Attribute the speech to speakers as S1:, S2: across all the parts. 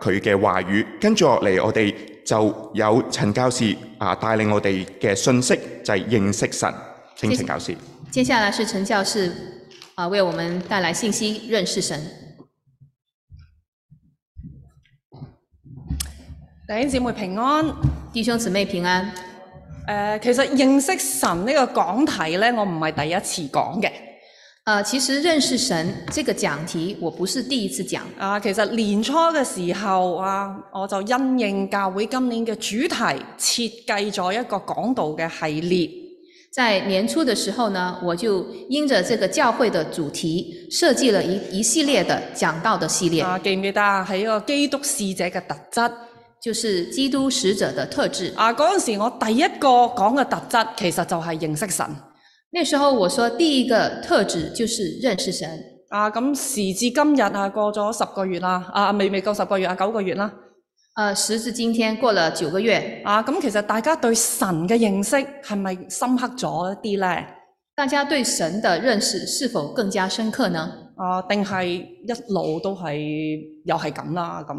S1: 佢嘅話語，跟住落嚟，我哋就有陳教士啊帶領我哋嘅信息，就係、認識神。請陳教士。
S2: 接下来是陈教士啊、为我们带来信息，认识神。
S3: 弟兄姊妹平安。誒、
S2: 弟兄姊妹平安。
S3: 其實認識神呢個講題呢，我唔係第一次講嘅。
S2: 呃，其实认识神这个讲题，我不是第一次讲。
S3: 啊，其實年初嘅時候啊，我就因應教會今年嘅主題，設計咗一個講道嘅系列。
S2: 在年初的时候呢，我就因着这个教会的主题，设计了一一系列的讲道的系列，
S3: 啊，記唔記得啊？係一個基督使者嘅特質。
S2: 就是基督使者的特质。
S3: 啊，嗰陣時我第一個講嘅特質，其實就係認識神。
S2: 那時候我說第一個特質就是認識神。
S3: 啊，咁時至今日啊，過咗十個月啦，啊，未未夠十個月啊，九個月啦。
S2: 呃，時至今天過了九個月，
S3: 啊，咁其實大家對神嘅認識係咪深刻咗一啲呢？
S2: 大家對神的認識是否更加深刻呢？
S3: 啊，定係一路都係又係咁啦咁。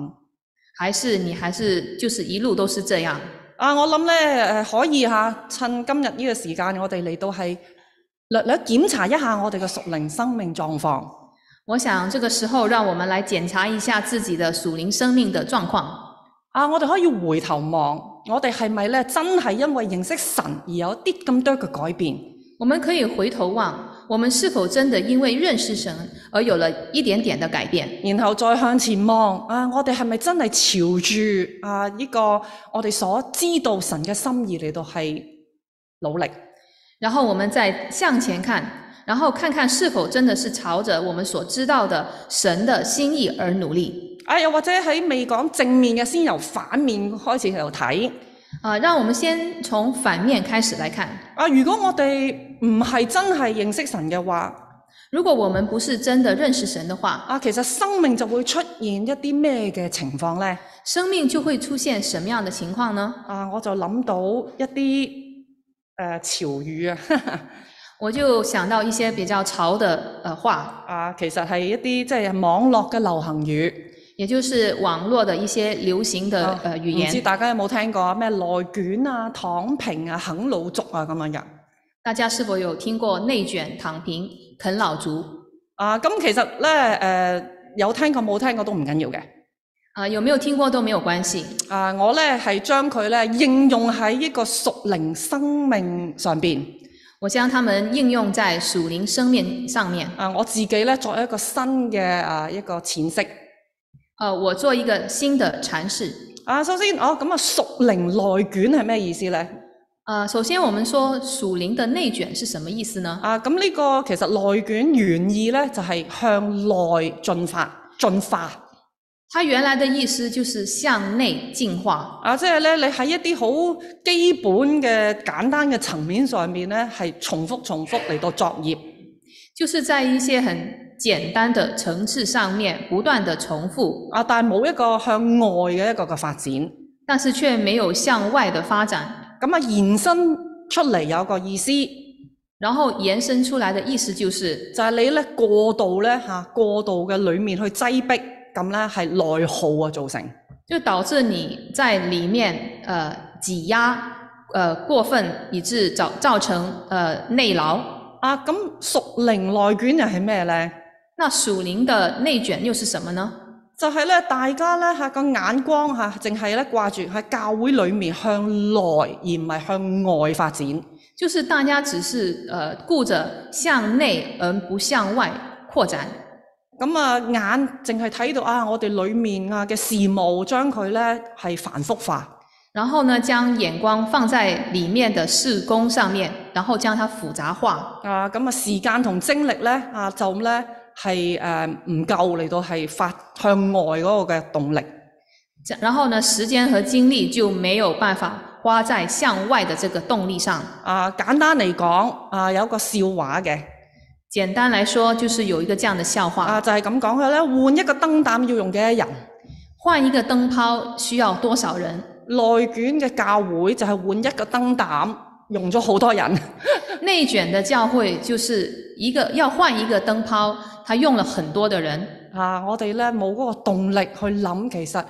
S2: 還是你還是就是一路都是這樣？
S3: 啊，我諗咧誒可以嚇、趁今日呢個時間，我哋嚟到係略略檢查一下我哋嘅屬靈生命狀況。
S2: 我想這個時候讓我們來檢查一下自己的屬靈生命的狀況。
S3: 啊，我哋可以回頭望，我哋係咪咧真係因為認識神而有啲咁多嘅改變？
S2: 我們可以回頭望，我們是否真的因為認識神而有了一點點的改變？
S3: 然後再向前望，啊，我哋係咪真係朝住啊呢、個我哋所知道神嘅心意嚟到係努力？
S2: 然后我們再向前看，然後看看是否真的是朝着我們所知道的神的心意而努力。
S3: 啊，又或者喺未講正面嘅，先由反面開始嚟度睇。
S2: 啊、让我們先從反面開始來看。
S3: 啊，如果我哋唔係真係認識神嘅話，
S2: 如果我們不是真的認識神的話，
S3: 啊，其實生命就會出現一啲咩嘅情況呢？
S2: 生命就會出現什麼樣的情況呢？
S3: 啊，我就諗到一啲誒、呃潮語啊，
S2: 我就想到一些比較潮的呃話，
S3: 啊，其實係一啲即係網絡嘅流行語。
S2: 也就是網絡的一些流行的、
S3: 啊
S2: 呃語
S3: 唔知
S2: 言。
S3: 大家有冇聽過啊？咩內卷啊、躺平啊、啃老族啊咁樣嘅。
S2: 大家是否有聽過內卷、躺平、啃老族？
S3: 啊，咁其實咧誒、呃有聽過冇聽過都唔緊要嘅。
S2: 啊、有沒有聽過都沒有關係。
S3: 啊，我咧係將佢咧應用喺呢個屬靈生命上邊。
S2: 我將它們應用在屬靈生命上面。
S3: 啊，我自己咧作一個新嘅啊一個淺釋。
S2: 呃，我做一個新的阐釋。
S3: 啊，首先哦，咁啊屬靈內卷係咩意思咧？
S2: 呃，首先我們說屬靈的內卷是什麼意思呢？
S3: 啊，咁呢個其實內卷原意咧就係、向內進發進化。
S2: 它原來的意思就是向內進化，
S3: 啊，即係咧，你喺一啲好基本嘅簡單嘅層面上面咧，係重複重複嚟到作業。
S2: 就是在一些很簡單的層次上面不斷的重複，
S3: 啊，但係冇一個向外嘅一個嘅發展。咁
S2: 但是卻沒有向外的發展。
S3: 啊，延伸出嚟有一個意思，就
S2: 然後延伸出來的意思就是，
S3: 係、你咧過度咧嚇、過度嘅裡面去擠迫，咁咧係內耗啊造成。
S2: 就導致你在裡面呃擠壓，呃過分，以致造造成呃內勞。
S3: 啊，咁屬靈內卷又係咩咧？
S2: 那屬靈的內卷又是什麼呢？
S3: 就係咧，大家咧嚇個眼光嚇，淨係咧掛住喺教會裡面向內，而唔係向外發展。
S2: 就是大家只是呃顧着向內而不向外擴展，
S3: 咁啊，眼淨係睇到啊，我哋裏面啊嘅事務，將佢咧係繁複化。
S2: 然後呢將眼光放在裡面的事工上面，然後將它複雜化，
S3: 啊，咁啊，時間同精力咧啊，就咁咧係誒唔夠嚟到係發向外嗰個嘅動力。
S2: 這然後呢時間和精力就沒有辦法花在向外的這個動力上。
S3: 啊，簡單嚟講啊，有一個笑話嘅
S2: 簡單來說，就是有一個這樣的笑話：
S3: 啊，就係咁講嘅咧，換一個燈膽要用幾多人？
S2: 換一個燈泡需要多少人？
S3: 內卷嘅教會就係換一個燈膽，用咗好多人。
S2: 內卷的教會就是一個要換一個燈泡，他用了很多的人。
S3: 啊！我哋咧冇嗰個動力去諗，其實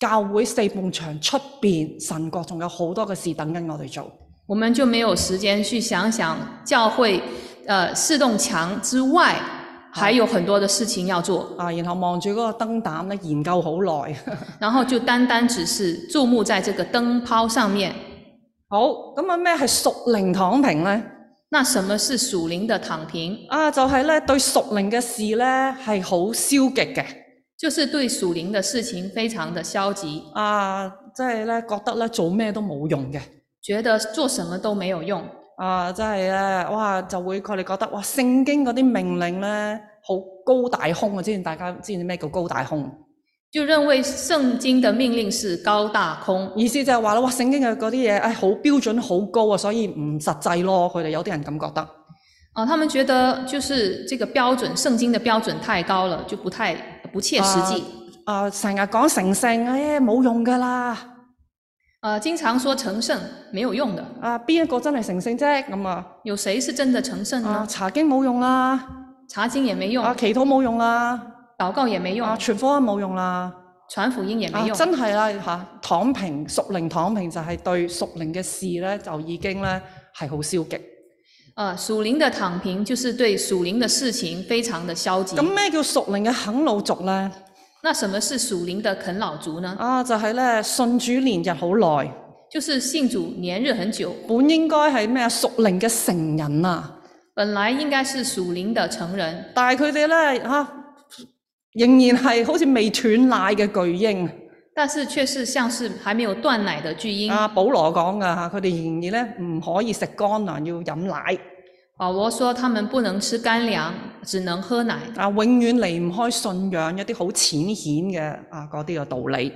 S3: 教會四埲牆出邊，神國仲有好多嘅事等緊我哋做。
S2: 我们就没有时间去想想教会，呃，四栋墙之外还有很多的事情要做，
S3: 啊，然後望住嗰個燈膽咧，研究好耐。
S2: 然后就单单只是注目在这个灯泡上面。
S3: 好，咁啊咩係屬靈躺平呢？
S2: 那什么是属灵的躺平？
S3: 啊，就係、呢咧對屬靈嘅事呢係好消極嘅。
S2: 就是对属灵的事情非常的消极，
S3: 啊，即係咧覺得咧做咩都冇用嘅。
S2: 觉得做什么都没有用，
S3: 啊，真係咧，哇，就會佢哋覺得哇，聖經嗰啲命令咧好高大空啊！之前大家知唔知咩叫高大空？
S2: 就认为圣经的命令是高大空，
S3: 意思就係話啦，哇，聖經嘅嗰啲嘢，唉、好標準，好高啊，所以唔實際咯。佢哋有啲人咁覺得。
S2: 啊，他们觉得就是这个标准，圣经的标准太高了，就不太不切实际。
S3: 啊，成日講成聖，唉、冇用㗎啦。
S2: 呃，经常说成圣没有用的，
S3: 啊，邊一個真係成聖啫？咁啊，
S2: 有谁是真的成圣
S3: 啊，
S2: 呢？
S3: 查經冇用啦，
S2: 查经也没用，
S3: 啊，祈禱冇用啦，
S2: 祷告也没用
S3: 啊，，傳福音冇用啦。
S2: 传福音也没
S3: 啊，
S2: 用，
S3: 真係啦嚇，躺平屬靈躺平就係對屬靈嘅事咧，就已經咧係好消極。
S2: 呃，属灵的躺平就是对属灵的事情非常的消极
S3: 咁。咩叫屬靈嘅啃老族咧？
S2: 那什么是属灵的啃老族呢？
S3: 啊，就係、呢，咧信主連日好耐，
S2: 就是信主年日很久，
S3: 本應該係咩啊屬靈嘅成人啊，
S2: 本来应该是属灵的成人，
S3: 但係佢哋咧嚇仍然係好似未斷奶嘅巨嬰。
S2: 但是却是像是还没有断奶的巨婴。
S3: 啊，保羅講㗎嚇，佢哋仍然咧唔可以食乾糧，要飲奶。
S2: 保罗说他们不能吃干粮，只能喝奶，
S3: 啊，永遠離唔開信仰一啲好淺顯嘅啊嗰啲嘅道理。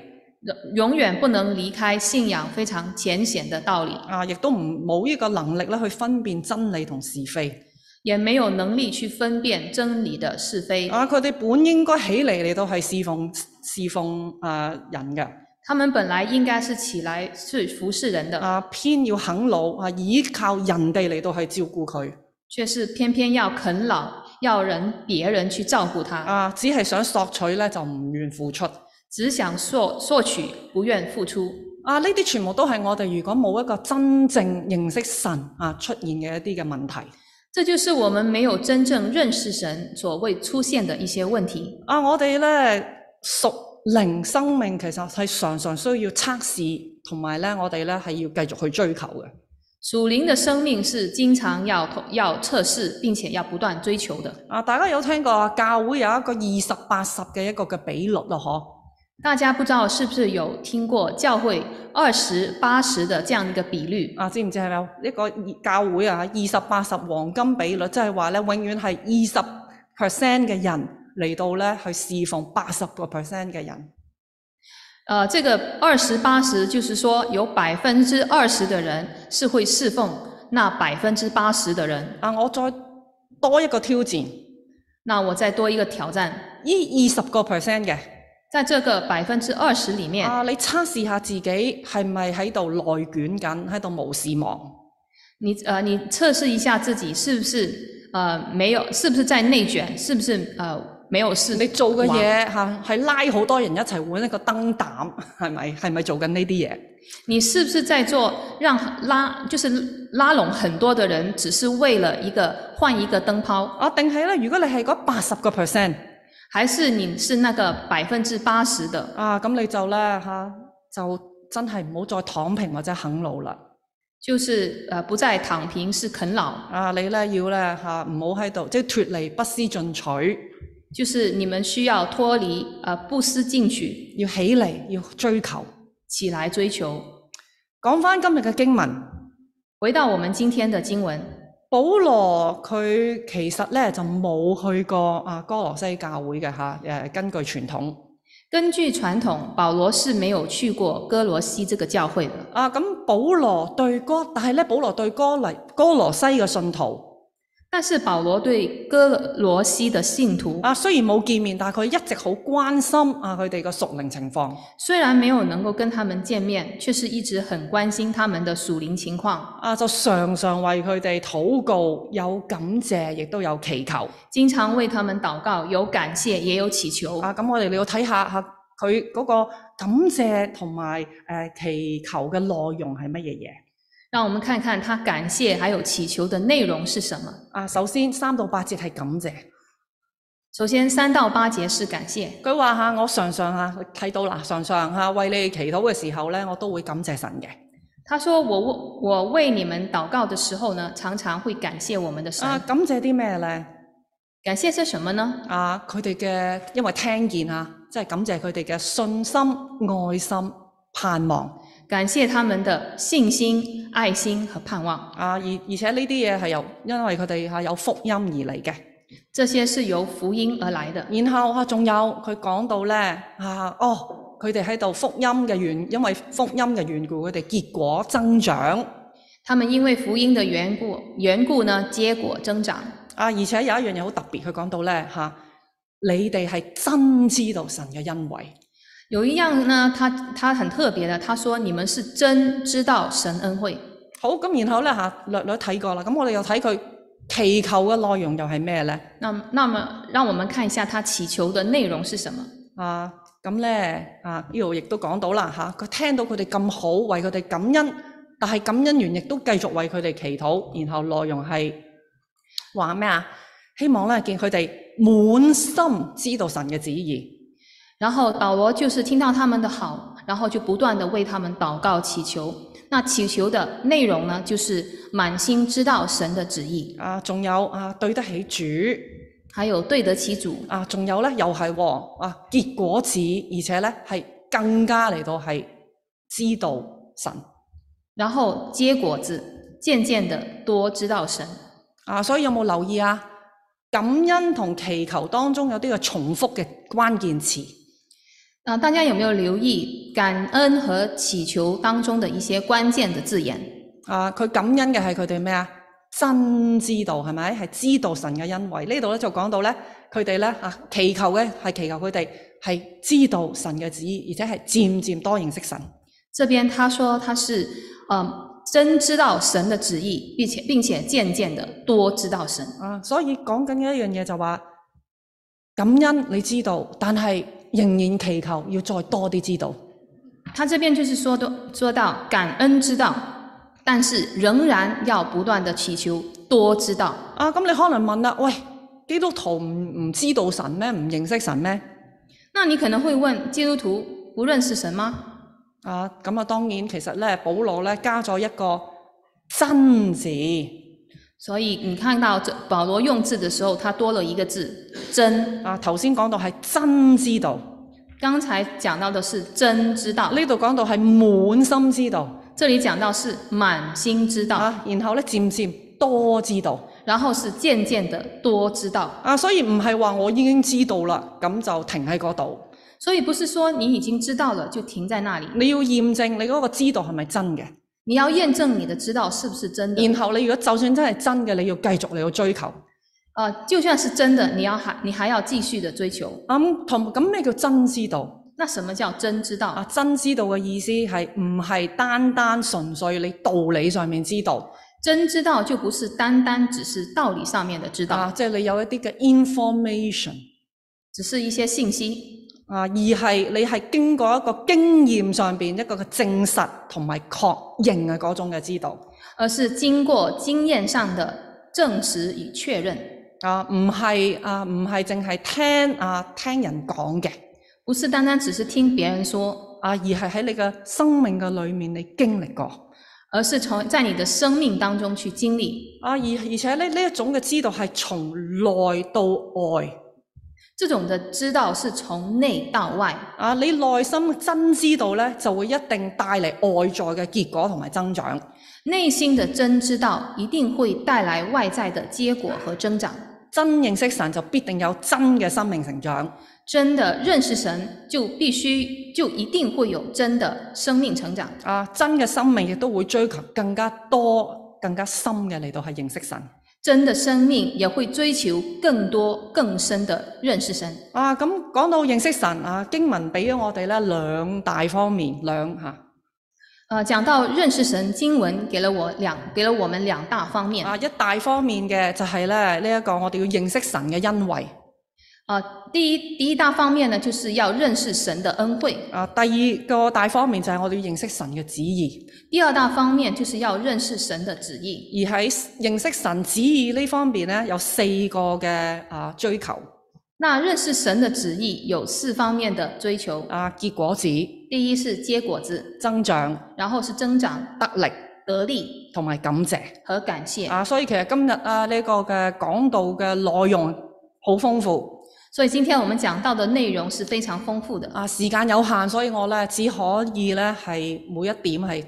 S2: 永远不能离开信仰非常浅显的道理，
S3: 啊，亦都唔冇呢個能力咧去分辨真理同是非。
S2: 也没有能力去分辨真理的是非。
S3: 啊，佢哋本應該起嚟嚟到係侍奉侍奉啊、人嘅，
S2: 他们本来应该是起来是服侍人的，
S3: 啊偏要啃老啊，依靠人哋嚟到去照顧佢，
S2: 却是偏偏要啃老，要人别人去照顾他，
S3: 啊只係想索取咧就唔願付出。
S2: 只想索索取，不愿付出。
S3: 啊！呢啲全部都係我哋如果冇一個真正認識神啊出現嘅一啲嘅問題。
S2: 这就是我们没有真正认识神所会出现的一些问題。
S3: 啊！我哋呢屬靈生命其實係常常需要測試，同埋呢我哋呢係要繼續去追求嘅。
S2: 屬靈的生命是經常要要測試，並且要不斷追求的。
S3: 啊，大家有聽過啊？教會有一個二十八十嘅一個嘅比率咯，嗬。
S2: 大家不知道是不是有聽過教會二十八十的這樣一個比率？
S3: 啊，知唔知係咪一個教會啊？二十八十黃金比率，即係話咧，永遠係二十 percent 嘅人嚟到咧去侍奉八十個 percent 嘅人。
S2: 呃，這個二十八十就是說有百分之二十的人是會侍奉那百分之八十的人。
S3: 啊，我再多一個挑戰，
S2: 那我再多一個挑戰，
S3: 呢二十個 percent 嘅
S2: 在這個百分之二十裡面，
S3: 啊，你測試下自己係咪喺度內卷緊，喺度無視忘。
S2: 你呃，你测试一下自己是不是呃没有，是不是在内卷，是不是呃没有事？
S3: 你做嘅嘢嚇係拉好多人一齊換一個燈膽， 係咪？係咪做緊呢啲嘢？
S2: 你是不是在做让拉就是拉拢很多的人，只是为了一个换一个灯泡，
S3: 啊，定係咧？如果你係嗰八十個 percent
S2: 还是你是那个百分之八十的？
S3: 啊，咁你就咧嚇、就真係唔好再躺平或者啃老啦。
S2: 就是呃不再躺平是啃老，
S3: 啊，你咧要咧嚇唔好喺度，即係脱離不思進取，
S2: 就是你们需要脱离呃不思进取，
S3: 要起嚟，要追求。
S2: 起来追求。
S3: 講翻今日嘅經文，
S2: 回到我们今天的经文，
S3: 保羅佢其實咧就冇去過啊哥羅西教會嘅嚇，誒、根據傳統
S2: 根據傳統，保羅是沒有去過哥羅西這個教會的。
S3: 啊，咁保羅對哥，但係咧保羅對哥黎哥羅西嘅信徒
S2: 但是保羅對哥羅西的信徒，
S3: 啊，雖然冇見面，但係佢一直好關心啊佢哋嘅屬靈情況。
S2: 雖然沒有能夠跟他們見面，卻是一直很關心他們的屬靈情況，
S3: 啊，就常常為佢哋禱告，有感謝，亦都有祈求。
S2: 經常為他們禱告，有感謝也有祈求。
S3: 啊啊，咁我哋你要睇下嚇佢嗰個感謝同埋誒祈求嘅內容係乜嘢嘢？
S2: 让我们看看他感谢还有祈求的内容是什么。
S3: 啊，首先三到八節係感謝。
S2: 首先，三到八节是感谢。
S3: 佢話嚇，我常常嚇睇到啦，常常嚇為你哋祈禱嘅時候咧，我都會感謝神嘅。
S2: 他说：“我为我为你们祷告的时候呢，常常会感谢我们的神。
S3: 啊，感謝啲咩咧？
S2: 感谢是什么呢？
S3: 啊，佢哋嘅因為聽見啊，即係感謝佢哋嘅信心、愛心、盼望
S2: 感谢他们的信心、爱心和盼望，
S3: 啊，而而且呢啲嘢係由因為佢哋嚇有福音而嚟嘅。
S2: 这些是由福音而来的。
S3: 然後啊，仲有佢講到咧啊，哦，佢哋喺度福音嘅緣，因為福音嘅緣故，佢哋結果增長
S2: 他们因为福音的缘故，缘故呢，结果增长。
S3: 啊，而且有一樣嘢好特別，佢講到咧嚇、啊你哋係真知道神嘅恩惠
S2: 有一样呢，他他很特别的，他说你们是真知道神恩惠。
S3: 好咁，然後咧嚇、略略睇過啦，咁我哋又睇佢祈求嘅內容又係咩咧？
S2: 那么那么，让我们看一下他祈求的内容是什么。
S3: 啊，咁咧啊，呢度亦都講到啦嚇，佢、聽到佢哋咁好，為佢哋感恩，但係感恩完亦都繼續為佢哋祈禱，然後內容係話咩啊？希望咧見佢哋滿心知道神嘅旨意。
S2: 然后保罗就是听到他们的好，然后就不断的为他们祷告祈求。那祈求的内容呢，就是满心知道神的旨意，
S3: 啊，仲有啊，對得起主。
S2: 还有对得起主，
S3: 啊，仲有咧又係喎啊，結果子，而且咧係更加嚟到係知道神。
S2: 然后结果子，渐渐的多知道神。
S3: 啊，所以有冇留意啊？感恩同祈求當中有啲嘅重複嘅關鍵詞。
S2: 啊、大家有没有留意感恩和祈求当中的一些关键的字眼？
S3: 啊，佢感恩嘅係佢哋咩啊？真知道係咪？係知道神嘅恩惠。呢度咧就講到咧，佢哋咧啊祈求嘅係祈求佢哋係知道神嘅旨意，而且係漸漸多認識神。
S2: 这边他说他是，嗯，真知道神的旨意，并且并且渐渐的多知道神。
S3: 啊，所以講緊嘅一樣嘢就話感恩你知道，但係仍然祈求要再多啲知道。
S2: 他这边就是说到说到感恩之道，但是仍然要不断的祈求多知道。
S3: 啊，咁你可能問啦，喂，基督徒唔唔知道神咩？唔認識神咩？
S2: 那你可能会问，基督徒不认识神吗？
S3: 啊，咁啊，當然其實咧，保羅咧加咗一個真字，
S2: 所以你看到这保罗用字的时候，他多了一个字“真
S3: 啊，頭先講到係真知道，”。
S2: 刚才讲到的是真知道，
S3: 呢度講到係滿心知道
S2: 这里讲到是满心知道，
S3: 啊，然後咧漸漸多知道
S2: 然后是渐渐的多知道。
S3: 啊，所以唔係話我已經知道啦，咁就停喺嗰度。
S2: 所以不是说你已经知道了就停在那里，
S3: 你要驗證你嗰個知道係咪真嘅，
S2: 你要验证你的知道是不是真的。
S3: 然後你如果就算真係真嘅，你要繼續你要追求。
S2: 呃，就算是真的，你要还你还要继续的追求。
S3: 咁同咁咩叫真知道？
S2: 那什么叫真知道？
S3: 啊，真知道嘅意思係唔係單單純粹你道理上面知道
S2: 真知道就不是单单只是道理上面的知道，
S3: 啊，即係你有一啲嘅 information
S2: 只是一些信息，
S3: 啊，而係你係經過一個經驗上面一個嘅證實同埋確認嘅嗰種嘅知道
S2: 而是经过经验上的证实与确认，
S3: 啊，唔係啊，唔係淨係聽啊聽人講嘅
S2: 不是单单只是听别人说，
S3: 啊，而係喺你嘅生命嘅裏面你經歷過
S2: 而是从在你的生命当中去经历。
S3: 啊，而而且呢呢一種嘅知道係從內到外。
S2: 这种的知道是从内到外，
S3: 啊，你內心真知道咧，就會一定帶嚟外在嘅結果同埋增長。
S2: 内心的真知道一定会带来外在的结果和增长。
S3: 真認識神就必定有真嘅生命成長。
S2: 真的认识神，就必须就一定会有真的生命成长。
S3: 啊，真嘅生命亦都會追求更加多、更加深嘅嚟到係認識神。
S2: 真的生命也会追求更多更深的认识神。
S3: 啊，咁講到認識神啊，經文俾咗我哋咧兩大方面，兩嚇
S2: 呃，讲到认识神，经文给了我两给了我们两
S3: 啊
S2: 大方面。
S3: 啊一大方面嘅就係咧呢一個我哋要認識神嘅恩惠
S2: 呃，第一第一大方面呢，就是要认识神的恩惠；
S3: 啊，第二個大方面就係我哋要認識神嘅旨意，
S2: 第二大方面就是要認識神的旨意。
S3: 而喺認識神旨意呢方面呢，有四個嘅啊追求
S2: 那認識神的旨意有四方面的追求：
S3: 啊結果子、
S2: 第一是结果子，
S3: 增長、
S2: 然後是增長、
S3: 得力
S2: 得力
S3: 同埋感謝
S2: 和感謝。
S3: 啊，所以其實今日啊呢、個嘅講道嘅內容好豐富
S2: 所以今天我们講到的內容是非常豐富的。
S3: 啊，時間有限，所以我呢只可以呢係每一點係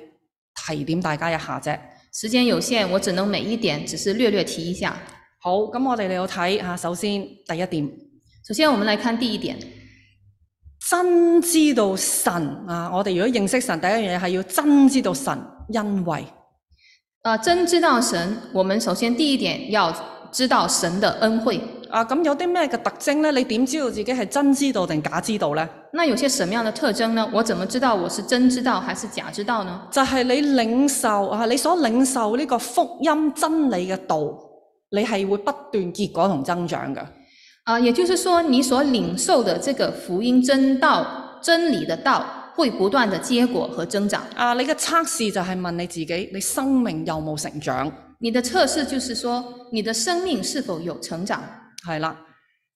S3: 提點大家一下啫。
S2: 時間有限，我只能每一點只是略略提一下。
S3: 好，咁我哋嚟到睇下，首先第一點。
S2: 首先，我们來看第一點，
S3: 真知道神啊！我哋如果認識神，第一樣嘢係要真知道神恩惠
S2: 呃，真知道神，我們首先第一點要知道神的恩惠。
S3: 啊！咁有啲咩嘅特徵呢？你點知道自己係真知道定假知道呢？
S2: 那有些什麼樣的特徵呢？我怎麼知道我是真知道還是假知道呢？
S3: 就係、你領受啊，你所領受呢個福音真理嘅道，你係會不斷結果同增長嘅。
S2: 啊、也就是說，你所領受的這個福音真道、真理的道，會不斷的結果和增長。
S3: 啊！你嘅測試就係問你自己，你生命有冇成長？
S2: 你的測試就是說，你的生命是否有成長？
S3: 係啦，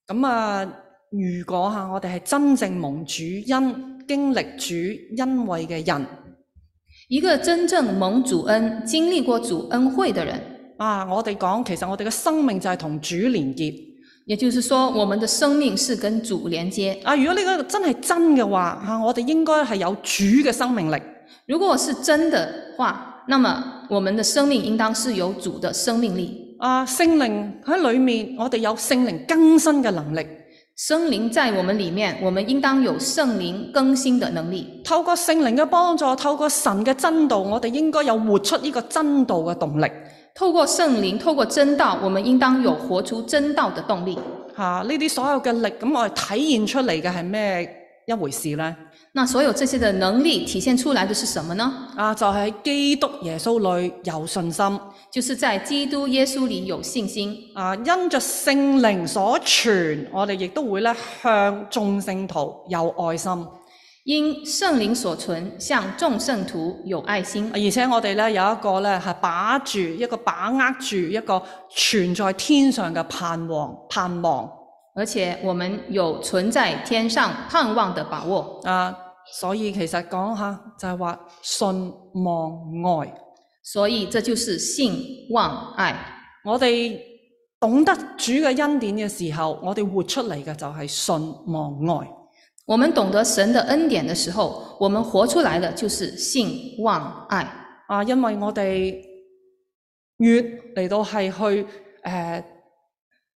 S3: 咁啊，如果啊我哋係真正蒙主恩、經歷主恩惠嘅人。
S2: 一個真正蒙主恩、經歷過主恩惠的人，
S3: 啊！我哋講，其實我哋嘅生命就係同主連結。
S2: 也就是說，我們的生命是跟主連接。
S3: 啊！如果呢個真係真嘅話，啊，我哋應該係有主嘅生命力。
S2: 如果是真的話，那麼我們的生命應當是有主的生命力。
S3: 啊，聖靈喺裏面，我哋有聖靈更新嘅能力。
S2: 聖靈在我們裡面，我們應當有聖靈更新的能力。
S3: 透過聖靈嘅幫助，透過神嘅真道，我哋應該有活出呢個真道嘅動力。
S2: 透過聖靈，透過真道，我們應當有活出真道的動力。
S3: 啊！呢啲所有嘅力，咁我哋體現出嚟嘅係咩一回事呢？
S2: 那所有這些的能力體現出來的是什麼呢？
S3: 啊，就係、基督耶穌裏有信心。
S2: 就是在基督耶穌裡有信心，
S3: 啊，因着聖靈所傳，我哋亦都會咧向眾聖徒有愛心，啊
S2: 因聖靈所存，向眾聖徒有愛心，
S3: 而且我哋咧有一個咧係把住一個把握住一個存在天上嘅盼望盼望
S2: 而且我們有存在天上盼望的把握。
S3: 啊，所以其實講下就係話信望愛，
S2: 所以這就是信望愛。
S3: 我哋懂得主嘅恩典嘅時候，我哋活出嚟嘅就係信望愛。
S2: 我們懂得神的恩典的時候，我們活出來的就是信望愛。
S3: 啊，因為我哋越嚟到係去誒、呃、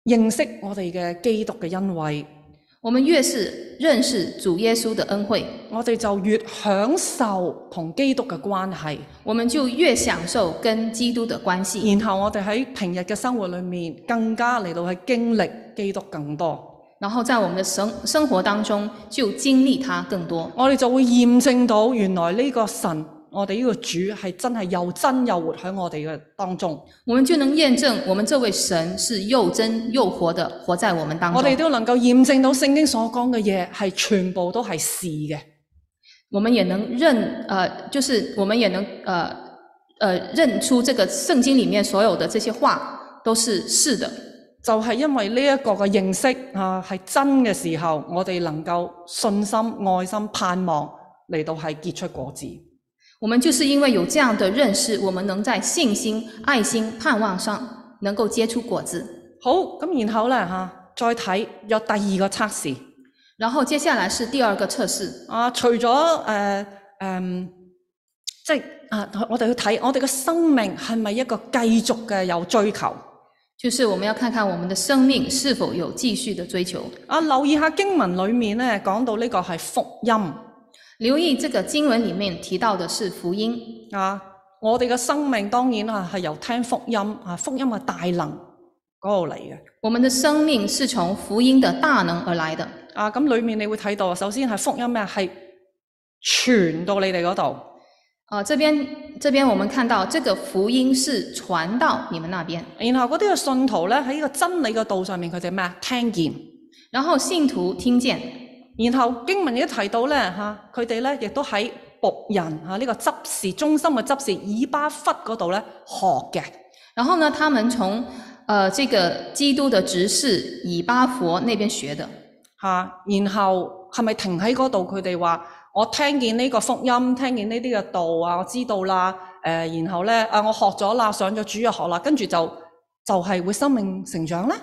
S3: 認識我哋嘅基督嘅恩惠，
S2: 我們越是認識主耶穌的恩惠，
S3: 我哋就越享受同基督嘅關係。
S2: 我們就越享受跟基督的關係，
S3: 然後我哋喺平日嘅生活裏面，更加嚟到去經歷基督更多，
S2: 然後在我們的生生活當中就經歷它更多。
S3: 我哋就會驗證到原來呢個神，我哋呢個主係真係又真又活喺我哋嘅當中。
S2: 我們就能驗證我們這位神是又真又活的，活在我們當中。
S3: 我哋都能夠驗證到聖經所講嘅嘢係全部都係是嘅。
S2: 我們也能認呃，就是我們也能呃呃認出這個聖經裡面所有的這些話都是是的，
S3: 就係因為呢一個嘅認識啊係真嘅時候，我哋能夠信心、愛心、盼望嚟到係結出果子。
S2: 我們就是因為有這樣的認識，我們能在信心、愛心、盼望上能夠結出果子。
S3: 好，咁然後呢，啊再睇有第二個測試
S2: 然後接下來是第二個測試，
S3: 啊，除咗誒誒，即係啊，我哋去睇我哋嘅生命係咪一個繼續嘅有追求
S2: 就是我們要看看我們的生命是否有繼續的追求。
S3: 啊？留意下經文裡面呢講到呢個係福音。
S2: 留意這個經文裡面提到的是福音，
S3: 啊，我哋嘅生命當然啊係由聽福音啊，福音嘅大能嗰度嚟嘅。
S2: 我們的生命是從福音的大能而來的。
S3: 啊，咁裏面你會睇到，啊首先係福音咩？係傳到你哋嗰度。
S2: 啊，這邊這邊我們看到這個福音是傳到你們那邊，
S3: 然後嗰啲嘅信徒咧喺呢個真理嘅道上面，佢哋咩啊？聽見
S2: 然后信徒听见，
S3: 然後經文亦都提到咧嚇，佢哋咧亦都喺仆人嚇呢、個執事中心嘅執事以巴弗嗰度咧學嘅。
S2: 然后呢，他们从呃这个基督的执事以巴佛那边学的。
S3: 嚇、然後係咪停喺嗰度？佢哋話：我聽見呢個福音，聽見呢啲嘅道啊，我知道啦。誒、然後咧啊，我學咗啦，上咗主日學啦，跟住就就係、會生命成長咧。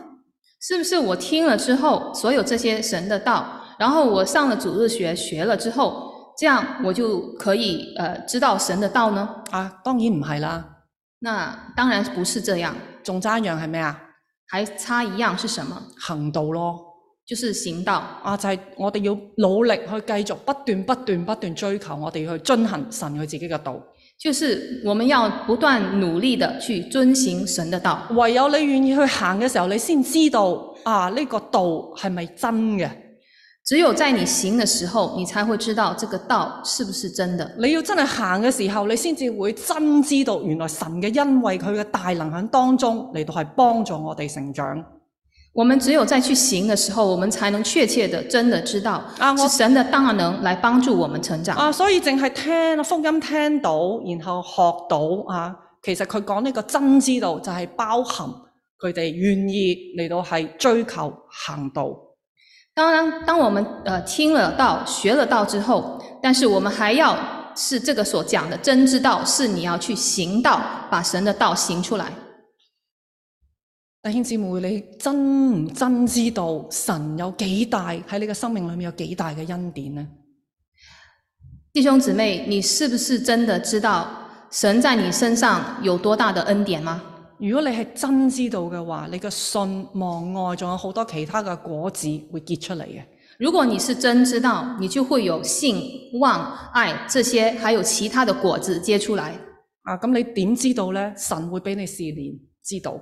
S2: 是不是我听了之后，所有这些神的道，然后我上了主日学学了之后，这样我就可以呃知道神的道呢？
S3: 啊，當然唔係啦，
S2: 那当然不是这样，
S3: 仲差一樣係咩啊？
S2: 还差一样是什么？
S3: 行道咯。
S2: 就是行道。
S3: 啊，就係、我哋要努力去繼續不斷、不斷、不斷追求，我哋去遵行神佢自己嘅道。
S2: 就是我们要不断努力的去遵行神的道，
S3: 唯有你願意去行嘅時候，你先知道啊呢、個道係咪真嘅？
S2: 只有在你行的时候，你才会知道这个道是不是真的。
S3: 你要真係行嘅時候，你先至會真知道原來神嘅恩惠佢嘅大能喺當中嚟到係幫助我哋成長。
S2: 我们只有在去行的时候，我们才能确切的、真的知道
S3: 啊我
S2: 是神的大能来帮助我们成长。
S3: 啊，所以淨係聽福音聽到，然後學到啊，其實佢講呢個真知道就係包含佢哋願意嚟到係追求行道。
S2: 当然，当我们呃听了道、学了道之后，但是我们还要是这个所讲的真知道，是你要去行道，把神的道行出来。
S3: 弟兄姊妹，你真唔真知道神有幾大喺你嘅生命裏面有幾大嘅恩典呢？
S2: 弟兄姊妹，你是不是真的知道神在你身上有多大的恩典吗？
S3: 如果你係真知道嘅話，你嘅信望愛仲有好多其他嘅果子會結出嚟嘅。
S2: 如果你是真知道，你就会有信、望、爱这些，还有其他的果子结出来。
S3: 啊，咁你點知道呢？神會俾你試煉，知道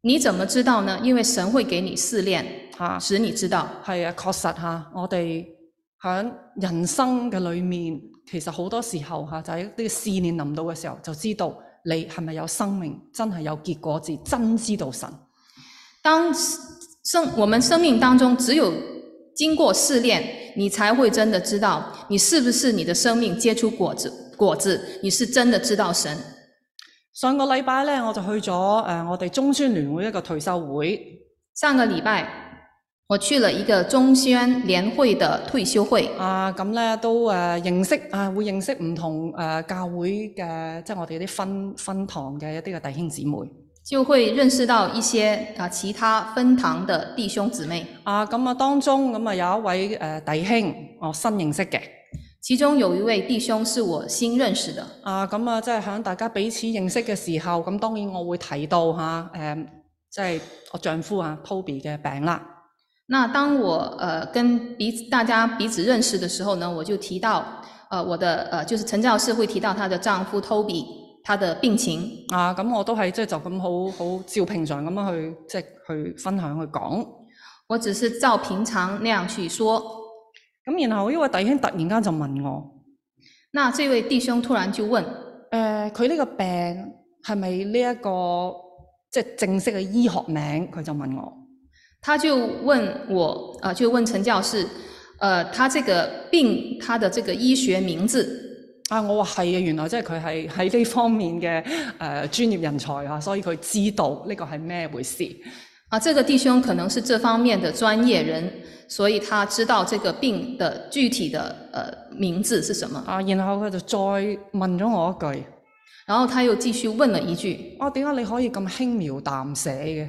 S2: 你怎么知道呢？因为神会给你试炼，
S3: 嚇，
S2: 使你知道。
S3: 係啊，確實嚇、我哋喺人生嘅裏面，其實好多時候嚇、就喺呢個試煉臨到嘅時候，就知道你係咪有生命，真係有結果子，真知道神。
S2: 当生我们生命当中只有经过试炼，你才会真的知道你是不是你的生命结出果子。果子，你是真的知道神。
S3: 上個禮拜咧，我就去咗誒、呃我哋中宣聯會一個退休會
S2: 上个礼拜我去了一个中宣联会的退休会，
S3: 啊，咁咧都誒、呃、認識啊，會認識唔同誒、呃教會嘅，即係我哋啲分分堂嘅一啲嘅弟兄姊妹
S2: 就会认识到一些啊其他分堂的弟兄姊妹，
S3: 啊，咁啊當中咁啊有一位誒、呃弟兄，我新認識嘅
S2: 其中有一位弟兄是我新认识的。
S3: 啊，咁啊即係喺大家彼此認識嘅時候，咁當然我會提到嚇誒、呃即係我丈夫啊 Toby 嘅病啦。
S2: 那当我呃跟彼此大家彼此认识的时候呢，我就提到呃我的呃就是陈教士会提到她的丈夫 Toby 他的病情，
S3: 啊，咁我都係即係就咁好好照平常咁樣去即係去分享去講。
S2: 我只是照平常那样去说。
S3: 咁然後呢位弟兄突然間就問我：
S2: 那这位弟兄突然就问，
S3: 誒、佢呢個病係咪呢一個即係正式嘅醫學名？佢就問我。
S2: 他就问我呃就问陈教士，呃他这个病他的这个医学名字，
S3: 啊，我話係啊，原來即係佢係喺呢方面嘅誒、專業人才啊，所以佢知道呢個係咩回事。
S2: 啊，这个弟兄可能是这方面的专业人，所以他知道这个病的具体的呃名字是什么。
S3: 啊，然後佢就再問咗我一句：
S2: 然後他又繼續問了一句，
S3: 我點解你可以咁輕描淡寫嘅？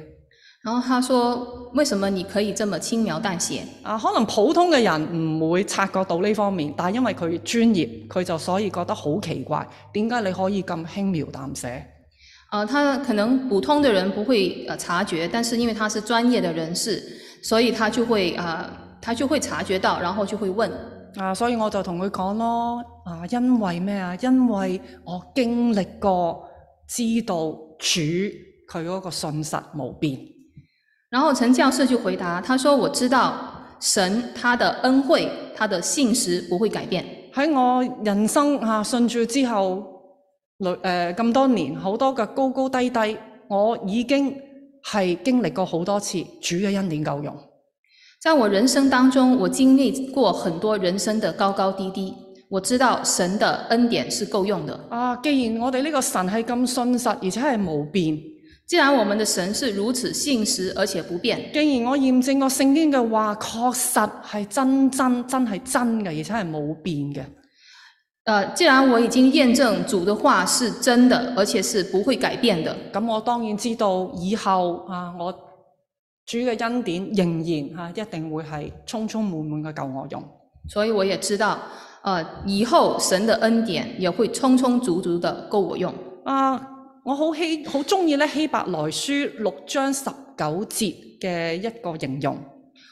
S2: 然後他說：為什麼你可以這麼輕描淡寫？
S3: 啊，可能普通嘅人唔會察覺到呢方面，但係因為佢專業，佢就所以覺得好奇怪，點解你可以咁輕描淡寫？
S2: 呃，他可能普通的人不會呃察覺，但是因為他是專業的人士，所以他就會啊、呃他就會察覺到，然後就會問。
S3: 啊，所以我就同佢講咯，啊，因為咩啊？因為我經歷過，知道主佢嗰個信實無變。
S2: 然後陳教授就回答，他說：我知道神他的恩惠，他的信實不會改變。
S3: 喺我人生啊信主之後，累誒咁多年，好多嘅高高低低，我已經係經歷過好多次，主嘅恩典夠用。
S2: 在我人生当中，我经历过很多人生的高高低低，我知道神的恩典是够用的。
S3: 啊，既然我哋呢個神係咁信實，而且係無變，
S2: 既然我们的神是如此信实而且不变，
S3: 既然我驗證過聖經嘅話，確實係真真真係真嘅，而且係冇變嘅。
S2: 呃，既然我已经验证主的话是真的，而且是不会改变的，
S3: 咁我當然知道以後啊，我主嘅恩典仍然啊，一定會係充充滿滿嘅夠我用。
S2: 所以我也知道，呃，以后神的恩典也会充充足足的够我用。
S3: 啊，我好希好中意咧希伯來書六章十九節嘅一個形容。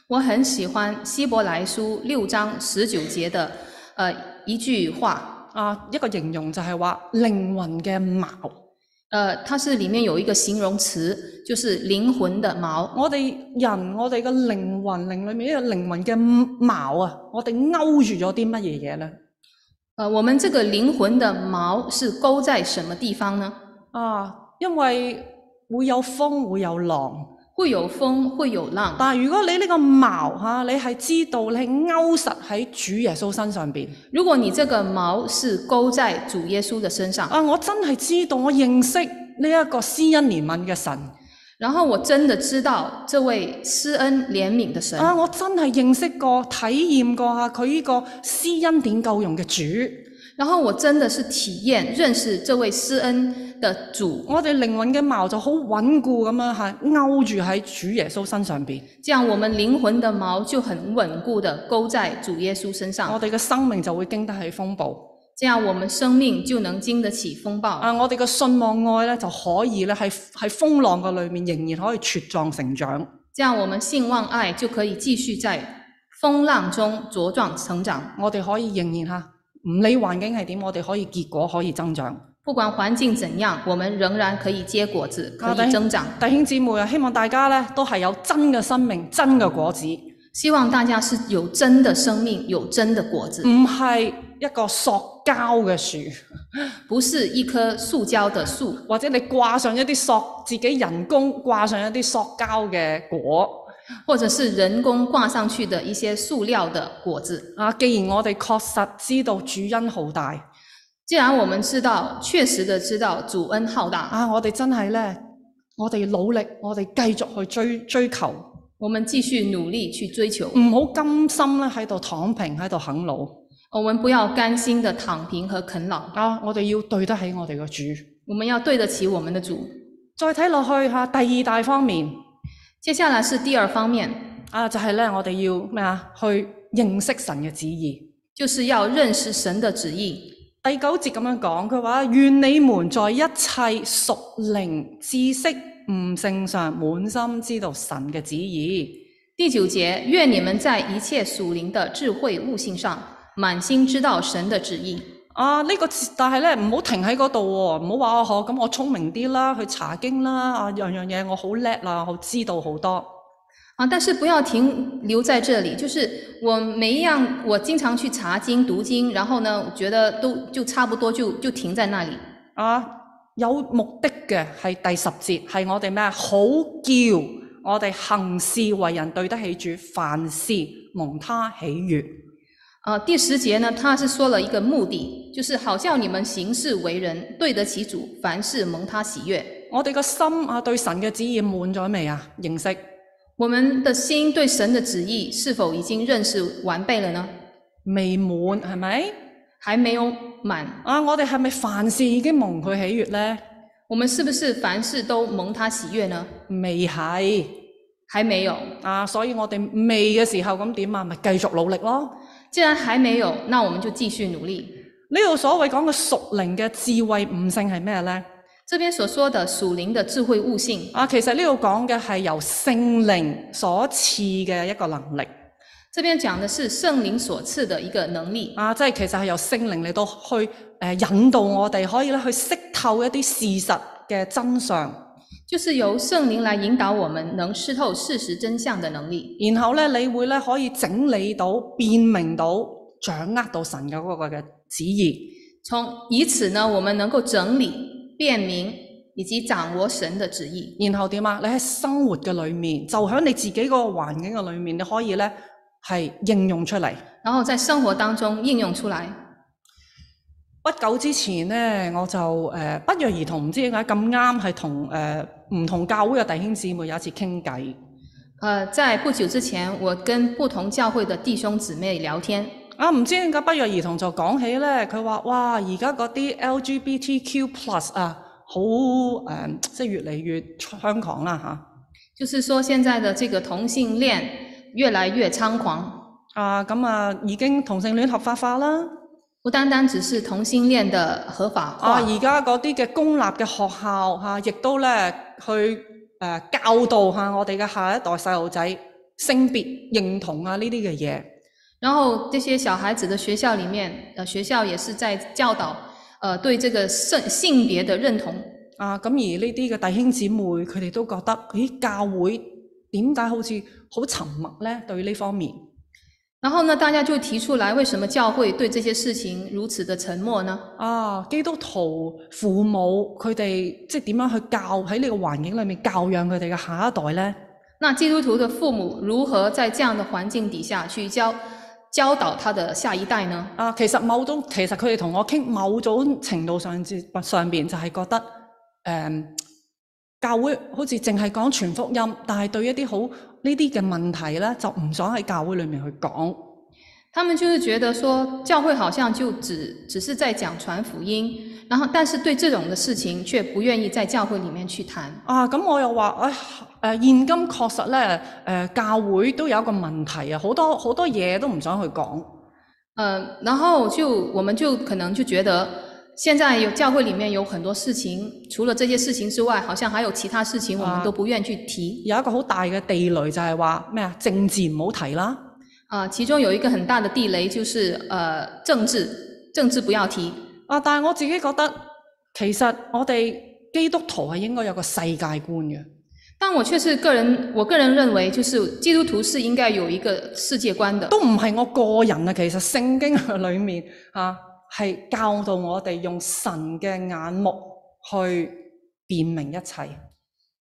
S2: 我很喜欢希伯来书六章十九节的呃一句话，
S3: 啊，一個形容就係話靈魂嘅矛。
S2: 呃，它是里面有一个形容词，就是灵魂的毛。
S3: 我哋人，我哋嘅靈魂靈裏面呢個靈魂嘅矛啊，我哋勾住咗啲乜嘢嘢呢？
S2: 呃，我们这个灵魂的毛是勾在什么地方呢？
S3: 啊，因為會有風，會有浪。
S2: 会有风，会有浪。
S3: 但係如果你呢個矛嚇、你係知道你係勾實喺主耶穌身上邊
S2: 如果你这个毛是勾在主耶稣的身上，
S3: 啊！我真係知道，我認識呢一個施恩憐憫嘅神
S2: 然后我真的知道这位施恩怜悯的神，
S3: 啊！我真係認識過、體驗過啊！佢呢個施恩典夠用嘅主，
S2: 然后我真的是体验认识这位施恩的主，
S3: 我哋靈魂嘅矛就好穩固咁樣嚇勾住喺主耶穌身上邊，
S2: 这样我们靈魂的毛就很稳固地勾在主耶稣身上
S3: 我，哋嘅生命就會經得起風暴
S2: 这样我们生命就能经得起风暴，
S3: 啊！我哋嘅信望愛咧就可以咧喺喺風浪嘅裏面仍然可以茁壯成長。
S2: 这样我们信望爱就可以继续在风浪中茁壮成长。
S3: 我哋可以仍然嚇，唔理環境係點，我哋可以結果可以增長。
S2: 不管环境怎样，我们仍然可以结果子，可
S3: 好的
S2: 以增长。
S3: 弟兄姊妹啊，希望大家咧都係有真嘅生命、真嘅果子，唔
S2: 希望大家是有真的生命，有真的果
S3: 嗯
S2: 子，
S3: 係一個塑膠嘅樹，
S2: 不是一棵塑胶的树，
S3: 或者你掛上一啲塑自己人工掛上一啲塑膠嘅果。
S2: 或者是人工挂上去的一些塑料的果子。
S3: 啊，既然我哋確實知道主恩浩大，
S2: 既然我们知道，确实的知道主恩浩大，
S3: 啊，我哋真係咧，我哋努力，我哋繼續去追追求，唔
S2: 我们继续努力去追求，
S3: 好甘心咧喺度躺平，喺度啃老。
S2: 我们不要甘心的躺平和啃老，
S3: 啊，我哋要對得起我哋嘅主。
S2: 我们要对得起我们的主。
S3: 再睇落去嚇，第二大方面
S2: 接下来是第二方面，
S3: 啊，就係、呢，我哋要咩啊？去認識神嘅旨意。
S2: 就是要认识神的旨意。
S3: 第九節咁樣講，佢話：願你們在一切屬靈知識悟性上，滿心知道神嘅旨意。
S2: 第九节，愿你们在一切属灵的智慧悟性上，满心知道神的旨意。
S3: 啊！呢、個字但係呢，唔好停喺嗰度喎，唔好話我可咁，我聰明啲啦，去查經啦，啊樣樣嘢我好叻啦，我知道好多。
S2: 啊，但是不要停留在这里，就是我每一样，我经常去查经、读经，然后呢，我觉得都就差不多就就停在那里。
S3: 啊，有目的嘅係第十節，係我哋咩啊？好叫我哋行事為人對得起主，凡事蒙他喜悅。
S2: 呃，第十节呢，他是说了一个目的，就是好叫你们行事为人对得起主，凡事蒙他喜悦。
S3: 我哋個心啊，對神嘅旨意滿咗未啊？認識
S2: 我们的心对神的旨意是否已經認識完備了呢？
S3: 未滿係咪？
S2: 还没有满，
S3: 啊，我哋係咪凡事已經蒙佢喜悅呢？
S2: 我们是不是凡事都蒙他喜悦呢？
S3: 未係
S2: 还没有。
S3: 啊，所以我哋未嘅時候咁點啊？咪繼續努力咯。
S2: 既然还没有，那我们就继續努力。
S3: 呢度所謂講嘅屬靈嘅智慧悟性係咩呢？
S2: 这边所说的屬靈的智慧悟性，
S3: 啊，其實呢度講嘅係由聖靈所賜嘅一個能力，
S2: 这边讲的是聖靈所賜的一個能力，
S3: 啊，即係其實係由聖靈嚟到去誒、呃引導我哋，可以咧去識透一啲事實嘅真相，
S2: 就是由聖靈來引導我們能識透事實真相的能力。
S3: 然後咧你會咧可以整理到、辨明到、掌握到神嘅嗰個嘅旨意。
S2: 从以此呢，我们能够整理、辨明、以及掌握神的旨意。
S3: 然後點啊？你喺生活嘅裏面，就喺你自己個環境嘅裏面，你可以咧係應用出嚟。
S2: 然后在生活当中应用出来。
S3: 不久之前呢，我就誒、呃不約而同，唔知點解咁啱係同誒唔同教會嘅弟兄姊妹有一次傾偈。
S2: 呃，在不久之前，我跟不同教会的弟兄姊妹聊天，
S3: 啊，唔知點解不約而同就講起咧，佢話：哇，而家嗰啲 LGBTQ plus 啊，好誒、呃即係越嚟越猖狂啦嚇。
S2: 就是说现在的这个同性恋越来越猖狂，
S3: 啊，咁啊，已經同性戀合法化啦。
S2: 不单单只是同性恋的合法化，
S3: 啊，而家嗰啲嘅公立嘅學校嚇，亦、都咧去誒、呃教導下我哋嘅下一代細路仔性別認同啊呢啲嘅嘢。
S2: 然后这些小孩子的学校里面，呃，学校也是在教导，呃，对这个性性别的认同。
S3: 啊，咁而呢啲嘅弟兄姊妹，佢哋都覺得，咦，教會點解好似好沉默咧？對呢方面，
S2: 然后呢，大家就提出来，为什么教会对这些事情如此的沉默呢？
S3: 啊，基督徒父母佢哋即係點樣去教喺呢個環境裏面教養佢哋嘅下一代咧？
S2: 那基督徒的父母如何在这样的环境底下去教教导他的下一代呢？
S3: 啊，其實某種其實佢哋同我傾某種程度上至上邊就係覺得誒、嗯教會好似淨係講全福音，但係對一啲好呢啲嘅問題咧，就唔想喺教會裏面去講。
S2: 他们就是觉得说，教会好像就只只是在讲传福音，然后但是对这种的事情却不愿意在教会里面去谈。
S3: 啊，咁我又話，唉、誒現今確實咧，誒、教會都有一個問題啊，好多好多嘢都唔想去講。
S2: 呃，然后就我们就可能就觉得，现在有教会里面有很多事情，除了这些事情之外，好像还有其他事情我们
S3: 啊
S2: 都不愿去提。
S3: 有一個好大嘅地雷就係話咩啊，政治唔好提啦。
S2: 啊、其中有一个很大的地雷就是呃政治，政治不要提。
S3: 啊，但係我自己覺得，其實我哋基督徒係應該有個世界觀嘅。
S2: 但我却是个人，我个人认为，就是基督徒是应该有一个世界观的。
S3: 都唔係我個人啊，其實聖經裏面啊係教導我哋用神嘅眼目去辨明一切。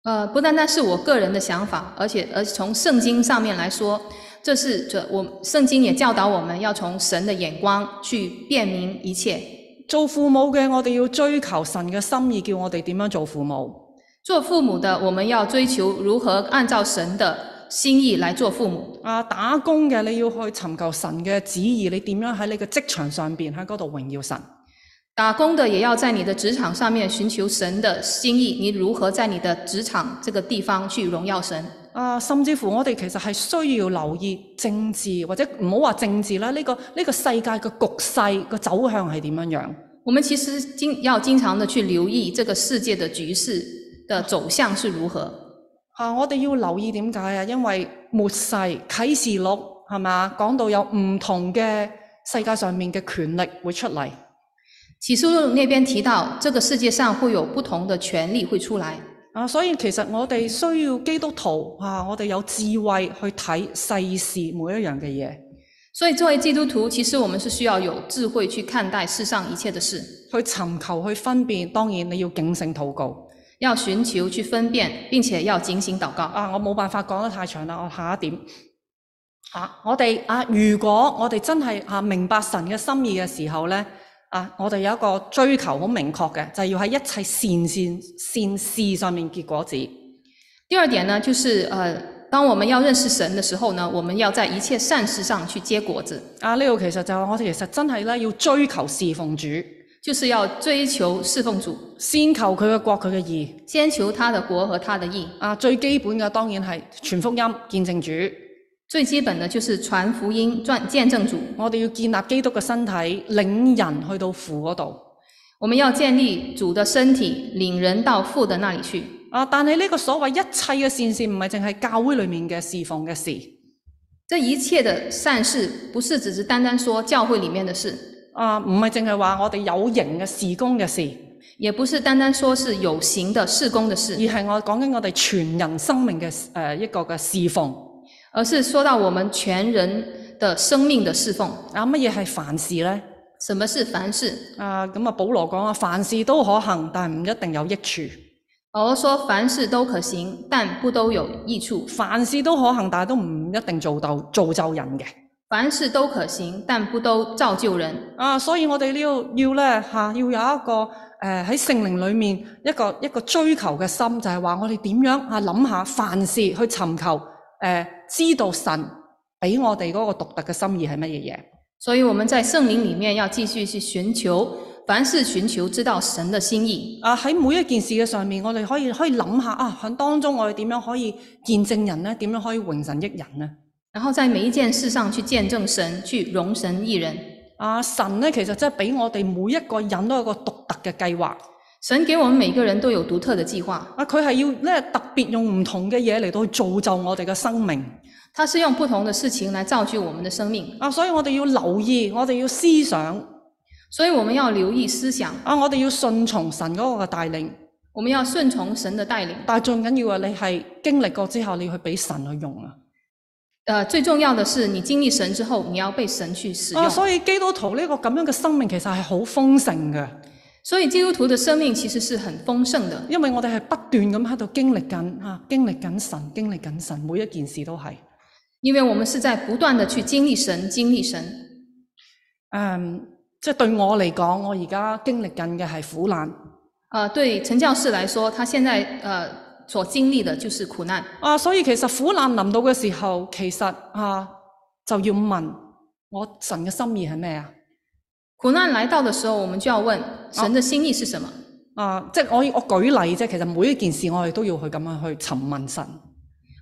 S2: 呃，不单单是我个人的想法，而且而从圣经上面来说，这是这我圣经也教导我们要从神的眼光去辨明一切。
S3: 做父母嘅，我哋要追求神嘅心意，叫我哋點樣做父母。
S2: 做父母的，我们要追求如何按照神的心意来做父母；
S3: 啊，打工嘅你要去尋求神嘅旨意，你點樣喺你嘅職場上邊喺嗰度榮耀神。
S2: 打工的也要在你的职场上面寻求神的心意，你如何在你的职场这个地方去荣耀神？
S3: 啊，甚至乎我哋其實係需要留意政治，或者唔好話政治啦，呢、個呢、個世界嘅局勢個走向係點樣樣。
S2: 我们其实经要经常的去留意这个世界的局势的走向是如何。
S3: 啊！我哋要留意點解啊？因為末世啟示錄係嘛，講到有唔同嘅世界上面嘅權力會出嚟。
S2: 启示录那边提到，这个世界上会有不同的权利会出来，
S3: 啊，所以其實我哋需要基督徒啊，我哋有智慧去睇世事每一樣嘅嘢，
S2: 所以作为基督徒，其实我们是需要有智慧去看待世上一切的事，
S3: 去尋求去分辨。當然你要警醒禱告。
S2: 要寻求去分辨，并且要警醒祷告。
S3: 啊，我冇辦法講得太長啦，我下一點。啊，我哋啊，如果我哋真係啊明白神嘅心意嘅時候呢，啊，我哋有一個追求好明確嘅，就係要喺一切善善善事上面結果子。
S2: 第二点呢，就是呃，当我们要认识神的时候呢，我们要在一切善事上去结果子，
S3: 啊，呢度其實就係我哋其實真係咧要追求侍奉主，
S2: 就是要追求侍奉主，
S3: 先求佢嘅國佢嘅義。
S2: 先求他的国和他的义。
S3: 啊，最基本嘅當然係全福音見證主，
S2: 最基本的就是传福音、传见证主。
S3: 我哋要建立基督嘅身體，領人去到父嗰度。
S2: 我们要建立主的身体，领人到父的那里去。
S3: 啊！但係呢個所謂一切嘅善事，唔係淨係教會裏面嘅侍奉嘅事。
S2: 这一切的善事，不是只是单单说教会里面的事，
S3: 啊，唔係淨係話我哋有形嘅事工嘅事，
S2: 也不是单单说是有形的事工的
S3: 而
S2: 事，
S3: 係我講緊我哋全人生命嘅誒、呃一個嘅侍奉。
S2: 而是说到我们全人的生命的侍奉。
S3: 啊，乜嘢係凡事呢？
S2: 什么是凡事？
S3: 啊，咁啊，保羅講啊，凡事都可行，但係唔一定有益處。
S2: 我哦说凡事都可行，但不都有益处；
S3: 凡事都可行，但係都唔一定做到造就人嘅。
S2: 凡事都可行，但不都造就人。
S3: 啊，所以我哋呢度要咧嚇、要有一個誒喺聖靈裏面一個一個追求嘅心，就係、話我哋點樣啊諗下凡事去尋求誒、呃知道神俾我哋嗰個獨特嘅心意係乜嘢嘢。
S2: 所以我们在圣灵里面要继续去寻求，凡事寻求知道神的心意。
S3: 啊喺每一件事嘅上面，我哋可以可以諗下啊，喺當中我哋點樣可以見證人呢？點樣可以榮神益人呢？
S2: 然后在每一件事上去见证神，去容神一人。
S3: 啊神呢，其實真係俾我哋每一個人都有一個獨特嘅計劃。
S2: 神给我们每个人都有独特的计划，
S3: 啊佢係要咧特別用唔同嘅嘢嚟到去造就我哋嘅生命。
S2: 他是用不同的事情来造就我们的生命。
S3: 啊所以我哋要留意，我哋要思想，
S2: 所以我们要留意思想，
S3: 啊我哋要順從神嗰個嘅帶領。
S2: 我们要顺从神的带领。
S3: 但係最緊要啊嘅，你係經歷過之後，你要去俾神去用啊。
S2: 呃，最重要的是，你经历神之后，你要被神去使用。
S3: 啊，所以基督徒呢個咁樣嘅生命其實係好豐盛嘅。
S2: 所以基督徒的生命其实是很丰盛的，
S3: 因為我哋係不斷咁喺度經歷緊啊，經歷緊神，經歷緊神，每一件事都係。
S2: 因为我们是在不断的去经历神，经历神。
S3: 嗯，即係對我嚟講，我而家經歷緊嘅係苦難
S2: 呃，对陈教士来说，他现在呃所经历的就是苦难，
S3: 啊，所以其實苦難臨到嘅時候，其實啊就要問我神嘅心意係咩啊？
S2: 苦难来到的时候，我们就要问神的心意是什么。
S3: 啊，即係我我舉例啫，其實每一件事我哋都要去咁樣去尋問神。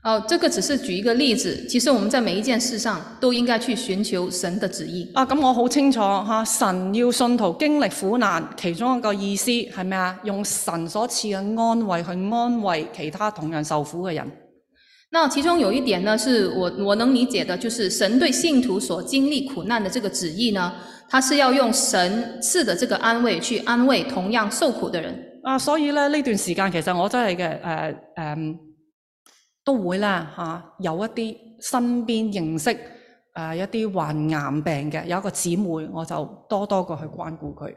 S2: 哦、这个只是举一个例子，其实我们在每一件事上都应该去寻求神的旨意。
S3: 啊，咁我好清楚嚇、啊神要信徒經歷苦難，其中一個意思係咩啊？用神所賜嘅安慰去安慰其他同樣受苦嘅人。
S2: 那其中有一点呢，是我我能理解的，就是神对信徒所经历苦难的这个旨意呢，他是要用神赐的这个安慰去安慰同样受苦的人。
S3: 啊，所以咧呢段時間其實我真係嘅誒誒都會啦嚇、啊有一啲身邊認識誒、啊一啲患癌病嘅有一個姊妹，我就多多過去關顧佢。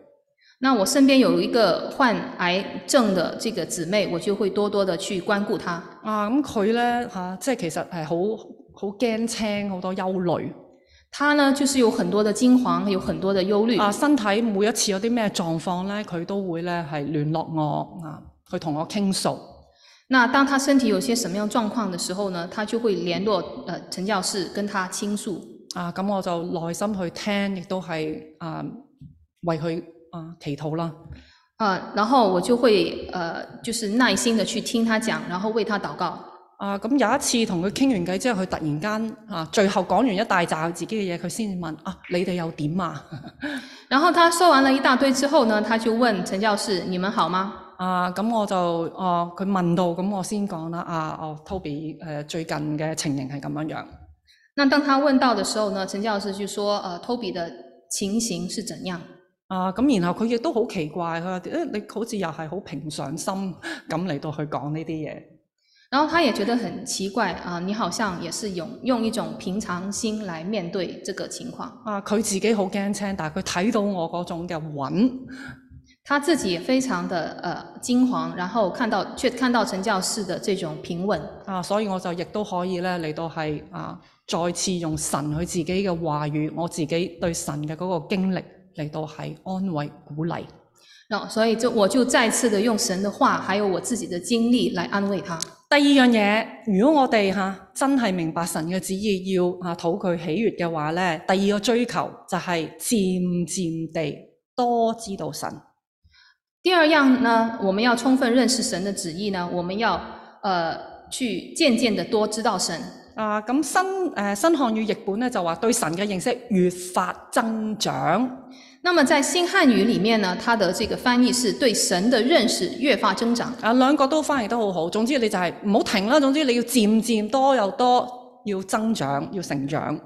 S2: 那我身边有一个患癌症的这个姊妹，我就会多多的去关顾她。
S3: 啊，咁佢咧嚇，即係其實係好好驚青，好多憂慮。
S2: 她呢，就是有很多的惊惶，有很多的忧虑。
S3: 啊，身體每一次有啲咩狀況咧，佢都會咧係聯絡我啊，佢同我傾訴。
S2: 那当她身体有些什么样状况的时候呢，她就会聯络呃陈教士跟她倾诉。
S3: 啊，咁我就耐心去聽，亦都係啊為佢啊祈禱啦。
S2: 呃，然后我就会呃，就是耐心的去听她讲，然后为她祷告。
S3: 啊，咁有一次同佢傾完偈之後，佢突然間啊，最後講完一大扎佢自己嘅嘢，佢先至問啊，你哋又點啊？
S2: 然后他说完了一大堆之后呢，他就问陈教士：“你们好吗
S3: 啊，咁我就哦，佢、問到，咁我先講啦。啊，哦，Toby 誒、最近嘅情形係咁樣樣。？”
S2: 那当他问到的时候呢，陈教士就说：“呃，托比的情形是怎样
S3: 啊，咁然後佢亦都好奇怪，佢話誒你好似又係好平常心咁嚟到去講呢啲嘢。？”
S2: 然后他也觉得很奇怪啊、你好像也是用用一种平常心来面对这个情况。
S3: 啊，佢自己好驚青，但係佢睇到我嗰種嘅穩，
S2: 他自己也非常的呃惊惶，然后看到却看到陈教士的这种平稳，
S3: 啊，所以我就亦都可以咧嚟到係啊，再次用神佢自己嘅話語，我自己對神嘅嗰個經歷嚟到係安慰鼓勵。
S2: 那、所以就我就再次的用神的话，还有我自己的经历来安慰他。
S3: 第二樣嘢，如果我哋嚇、啊真係明白神嘅旨意，要啊討佢喜悅嘅話咧，第二個追求就係漸漸地多知道神。
S2: 第二样呢，我们要充分认识神的旨意呢，我们要呃去渐渐的多知道神。
S3: 啊，咁新誒、呃新漢語譯本咧就話對神嘅認識越發增長。
S2: 那么在新汉语里面呢，它的这个翻译是对神的认识越发增长。
S3: 啊，兩個都翻譯得好好。總之你就係唔好停啦。總之你要漸漸多又多，要增長，要成長。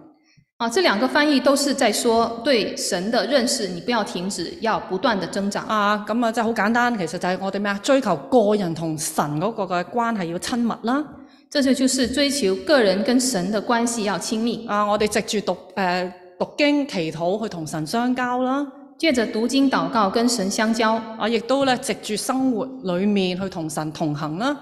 S2: 啊，这两个翻译都是在说对神的认识，你不要停止，要不断的增长。
S3: 啊，咁啊真係好簡單。其實就係我哋咩啊，追求個人同神嗰個嘅關係要親密啦。
S2: 这就就是追求个人跟神的關係要親密，
S3: 啊，我哋藉住讀誒、呃、讀經祈禱去同神相交啦。
S2: 借着读经祷告跟神相交，
S3: 啊，亦都咧藉住生活裏面去同神同行啦。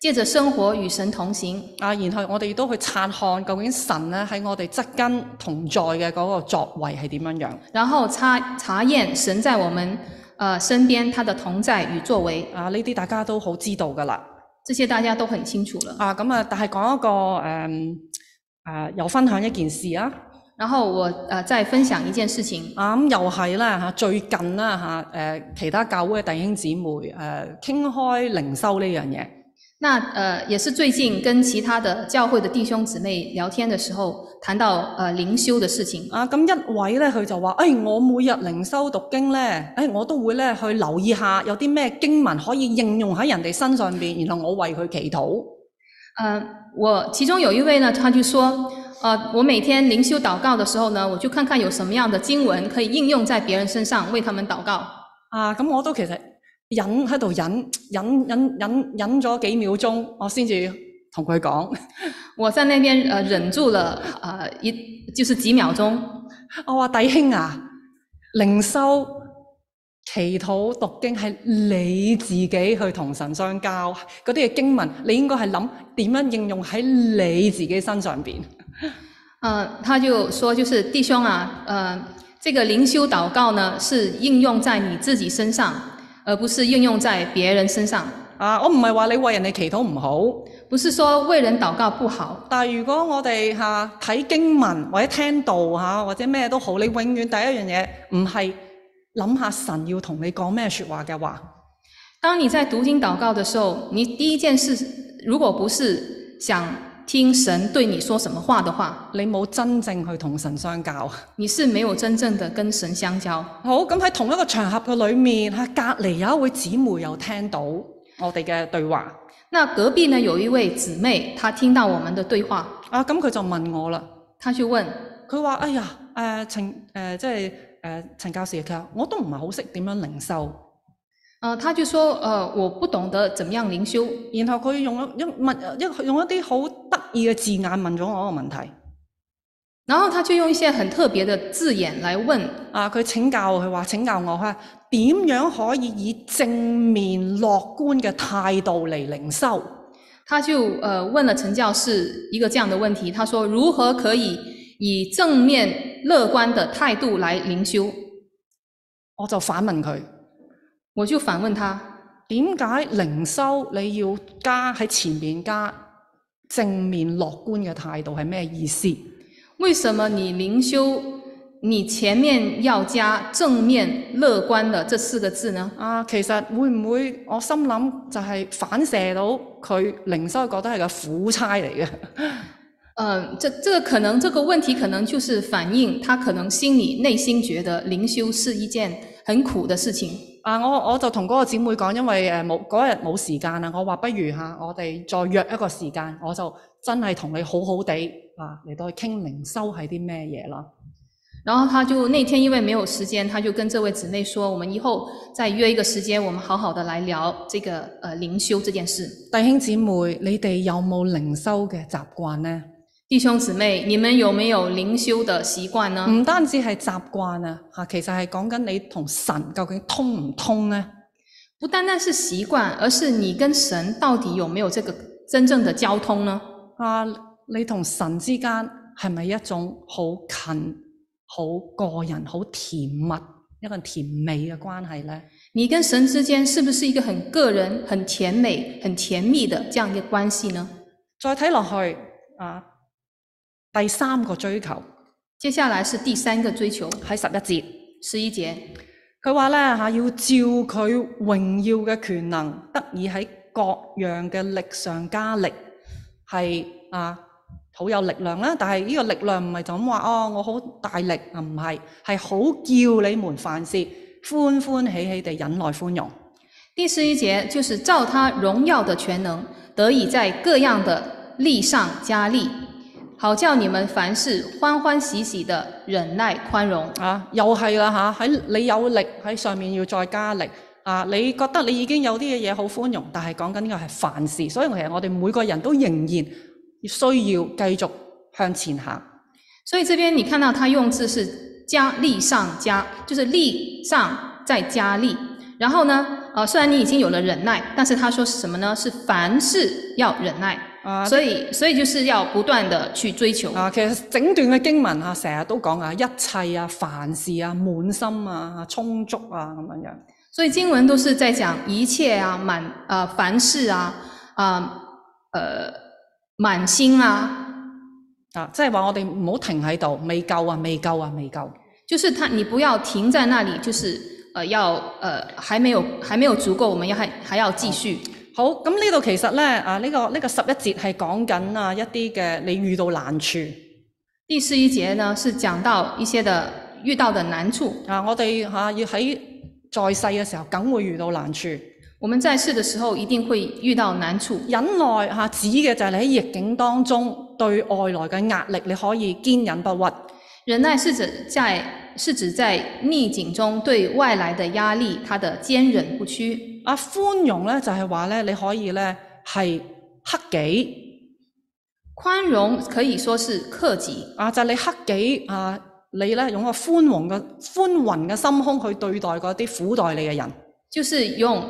S2: 借着生活与神同行，
S3: 啊，然後我哋亦都去察看究竟神咧喺我哋側根同在嘅嗰個作為係點樣樣。
S2: 然后查查验神在我们呃身边他的同在与作为，
S3: 啊，呢啲大家都好知道㗎啦。
S2: 这些大家都很清楚了。
S3: 啊，咁啊，但係講一個誒、嗯啊，又分享一件事啊。
S2: 然后我呃再分享一件事情，
S3: 啊咁又係啦嚇，最近啦嚇，誒、其他教會嘅弟兄姊妹誒傾、開靈修呢樣嘢。
S2: 那呃也是最近跟其他的教会的弟兄姊妹聊天的时候，谈到呃灵修的事情，
S3: 啊，咁一位咧，佢就話：，誒、哎我每日靈修讀經咧，誒、我都會咧去留意下有啲咩經文可以應用喺人哋身上邊，然後我為佢祈禱。
S2: 呃，我其中有一位呢，他就说，呃，我每天灵修祷告的时候呢，我就看看有什么样的经文可以应用在别人身上，为他们祷告。
S3: 啊，咁我都其實忍喺度忍忍忍忍忍咗幾秒鐘，我先至同佢講，
S2: 我在那边呃忍住了，呃一就是几秒钟，
S3: 我話弟兄啊，靈修、祈禱、讀經係你自己去同神相交，嗰啲嘅經文，你應該係諗點樣應用喺你自己身上邊。
S2: 呃，他就说就是弟兄啊，呃，这个灵修祷告呢是应用在你自己身上，而不是应用在别人身上。
S3: 啊，我唔係話你為人哋祈禱唔好，
S2: 不是说为人祷告不好，
S3: 但係如果我哋嚇睇經文或者聽道嚇、啊或者咩都好，你永遠第一樣嘢唔係諗下神要同你講咩説話嘅話，
S2: 当你在读经祷告的时候，你第一件事如果不是想听神对你说什么话的话，
S3: 你冇真正去同神相交。
S2: 你是没有真正的跟神相交。
S3: 好，咁喺同一個場合嘅裏面嚇，隔離有一位姊妹又聽到我哋嘅對話，
S2: 那隔壁呢有一位姊妹，她听到我们的對話，
S3: 啊，咁佢就問我啦，
S2: 她就問
S3: 佢話：哎呀，誒、陳誒、即係誒、陳教士，佢話我都唔係好識點樣靈修。
S2: 呃，她就說，呃，我不懂得怎么樣靈修。
S3: 然後佢用一一問一用一啲好得意嘅字眼問咗我一個問題。
S2: 然後她就用一些很特別的字眼來問，
S3: 啊，佢請教我佢話請教我，佢話點樣可以以正面樂觀嘅態度嚟靈修？
S2: 她就呃問了陳教士一個這樣的問題，她說如何可以以正面樂觀的態度來靈修？
S3: 我就反問佢：
S2: 我就反問她，
S3: 點解靈修你要加喺前面加正面樂觀嘅態度係咩意思？
S2: 為什麼你靈修，你前面要加正面樂觀的這四個字呢？
S3: 啊，其實會唔會我心諗就係反射到佢靈修覺得係個苦差嚟嘅？
S2: 呃，这这个可能这个問題可能就是反映他可能心里內心覺得靈修是一件很苦的事情。
S3: 啊！我我就同嗰個姊妹講，因為誒冇嗰日冇時間啦，我話不如嚇、我哋再約一個時間，我就真係同你好好地啊嚟到去傾靈修係啲咩嘢啦。
S2: 然後他就那天因為沒有時間，他就跟這位姊妹說：“我們以後再約一個時間，我們好好的來聊這個呃靈修這件事。
S3: 弟兄姊妹，你哋有冇靈修嘅習慣呢？
S2: 弟兄姊妹，你們有沒有靈修的習慣呢？
S3: 唔單止係習慣啊，嚇，其實係講緊你同神究竟通唔通呢？
S2: 不单单是習慣，而是你跟神到底有沒有這個真正的交通呢？
S3: 啊，你同神之間係咪一種好近、好個人、好甜蜜、一個甜美嘅關係呢？
S2: 你跟神之間是不是一個很個人、很甜美、很甜蜜的這樣一個關係呢？”
S3: 再睇落去啊，第三個追求
S2: 接下來是第三個追求，
S3: 喺十一節，
S2: 十一節，
S3: 佢話咧嚇要照佢榮耀嘅權能，得以喺各樣嘅力上加力，係啊好有力量啦。但係呢個力量唔係就咁話哦，我好大力啊，唔係，係好叫你們凡事歡歡喜喜地忍耐寬容。
S2: 第十一節就是照他榮耀的全能，得以在各樣的力上加力，好叫你們凡事歡歡喜喜的忍耐寬容。
S3: 啊，又係啦嚇，喺、你有力喺上面要再加力啊！你覺得你已經有啲嘅嘢好寬容，但係講緊嘅係凡事，所以其實我哋每個人都仍然需要繼續向前行。
S2: 所以這邊你看到他用字是加力上加，就是力上再加力。然后呢，呃，虽然你已经有了忍耐，但是他说是什么呢？是凡事要忍耐。
S3: 啊
S2: 所以，所以就是要不断的去追求。
S3: 啊，其實整段嘅經文啊，成日都講啊，一切啊，凡事啊，滿心啊，充足啊，咁樣樣。
S2: 所以经文都是在讲一切啊，满呃凡事啊，啊呃满心啊，
S3: 啊，即係話我哋唔好停喺度，未夠啊，未夠啊，未夠。
S2: 就是他你不要停在那里，就是呃要呃还没有还没有足够，我们要还还要继续。
S3: 好，咁呢度其實咧，啊呢、個呢、個十一節係講緊啊一啲嘅你遇到難處
S2: 第十一节呢是讲到一些的遇到的难处，
S3: 啊，我哋嚇、啊要喺在世嘅時候，梗會遇到難處。
S2: 我们在世的时候一定会遇到难处。
S3: 忍耐嚇、啊指嘅就係你喺逆境當中對外來嘅壓力，你可以堅忍不屈。
S2: 忍耐是指在是指在逆境中对外来的压力，他的坚忍不屈。
S3: 啊，寬容咧就係話咧，你可以咧係克己
S2: 宽容可以说是克己，
S3: 啊，就係你克己啊，你咧用一個寬容嘅寬宏嘅心胸去對待嗰啲苦待你嘅人。
S2: 就是用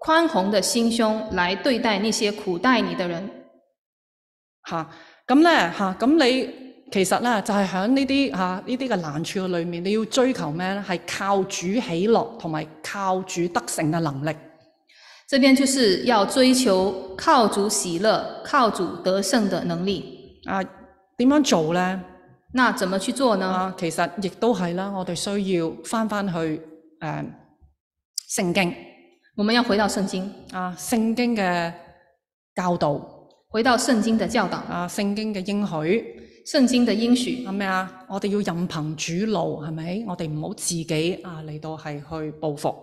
S2: 宽宏的心胸来对待那些苦待你的人。
S3: 嚇，咁咧嚇，咁、你其實咧就係喺呢啲嚇呢啲嘅難處嘅裏面，你要追求咩咧？係靠主喜樂同埋靠主得勝嘅能力。
S2: 这边就是要追求靠主喜乐、靠主得胜的能力。
S3: 啊，點樣做咧？
S2: 那怎么去做呢？
S3: 啊，其實亦都係啦，我哋需要翻翻去誒、呃、聖經
S2: 我们要回到圣经，
S3: 啊，聖經嘅教導
S2: 回到圣经的教导、
S3: 啊，聖經嘅應許
S2: 圣經的應許。
S3: 啊咩啊？我哋要任憑主路係咪？我哋唔好自己啊嚟到係去報復。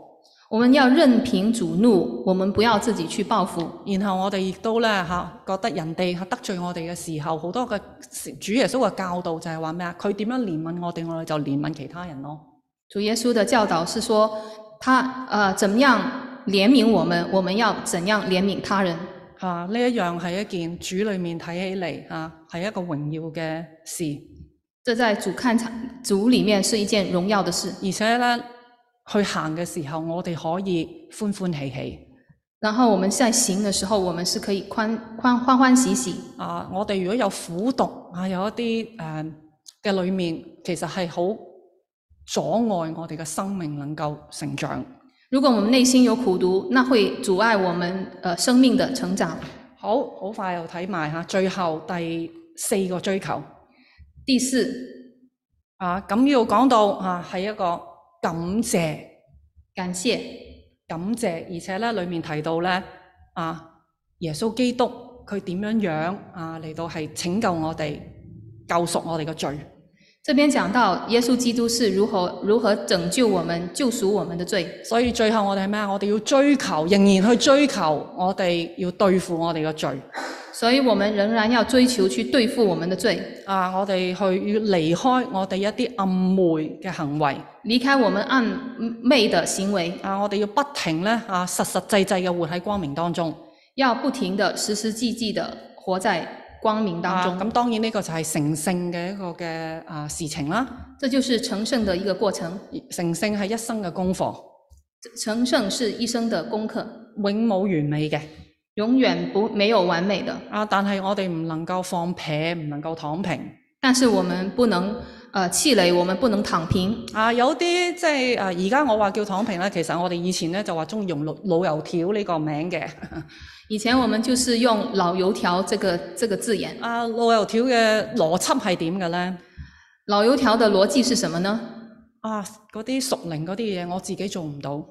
S2: 我们要任凭主怒，我们不要自己去报复。
S3: 然後我哋亦都咧嚇覺得人哋嚇得罪我哋嘅時候，好多嘅主耶穌嘅教導就係話咩啊？佢點樣憐憫我哋，我哋就憐憫其他人咯。
S2: 主耶稣的教导是说，他呃怎么样怜悯我们，我们要怎样怜悯他人。
S3: 嚇、呢一樣係一件主裏面睇起嚟嚇係一個榮耀嘅事，
S2: 这在主看场主里面是一件荣耀的事。
S3: 而且咧去行嘅時候，我哋可以歡歡喜喜。
S2: 然后我们在行的时候，我们是可以宽宽欢欢喜喜。
S3: 啊，我哋如果有苦毒啊，有一啲誒嘅裏面，其實係好阻礙我哋嘅生命能夠成長。
S2: 如果我们内心有苦毒，那会阻碍我们呃生命的成长。
S3: 好好快又睇埋嚇，最後第四個追求
S2: 第四，
S3: 啊，咁要講到啊，係一個感謝，
S2: 感谢
S3: 感謝，而且咧裡面提到咧啊，耶穌基督佢點樣樣啊嚟到係拯救我哋，救贖我哋嘅罪。
S2: 这边讲到耶稣基督是如何如何拯救我们、救赎我们的罪，
S3: 所以最後我哋係咩啊？我哋要追求，仍然去追求，我哋要對付我哋嘅罪
S2: 所以我们仍然要追求去对付我们的罪，
S3: 啊！我哋去要離開我哋一啲暗昧嘅行為。
S2: 离开我们暗昧的行为，
S3: 啊，我哋要不停咧啊，實實際際嘅活喺光明當中。
S2: 要不停的实实际际的活在光明当
S3: 啊，
S2: 中。
S3: 咁當然呢個就係成聖嘅一個嘅啊事情啦。
S2: 这就是成圣的一个过程。
S3: 成聖係一生嘅功課，
S2: 成圣是一生的功课，
S3: 永冇完美嘅。
S2: 永远不没有完美的。
S3: 啊，但係我哋唔能夠放屁，唔能夠躺平。
S2: 但是我们不能呃气馁，我们不能躺平。
S3: 啊，有啲即係啊，而家我話叫躺平啦，其實我哋以前咧就話中意用老老油條呢個名嘅。
S2: 以前我们就是用“老油条”这个这个字眼。
S3: 啊，老油條嘅邏輯係點嘅咧？
S2: 老油条的逻辑是什么呢？
S3: 啊，嗰啲熟靈嗰啲嘢我自己做唔到。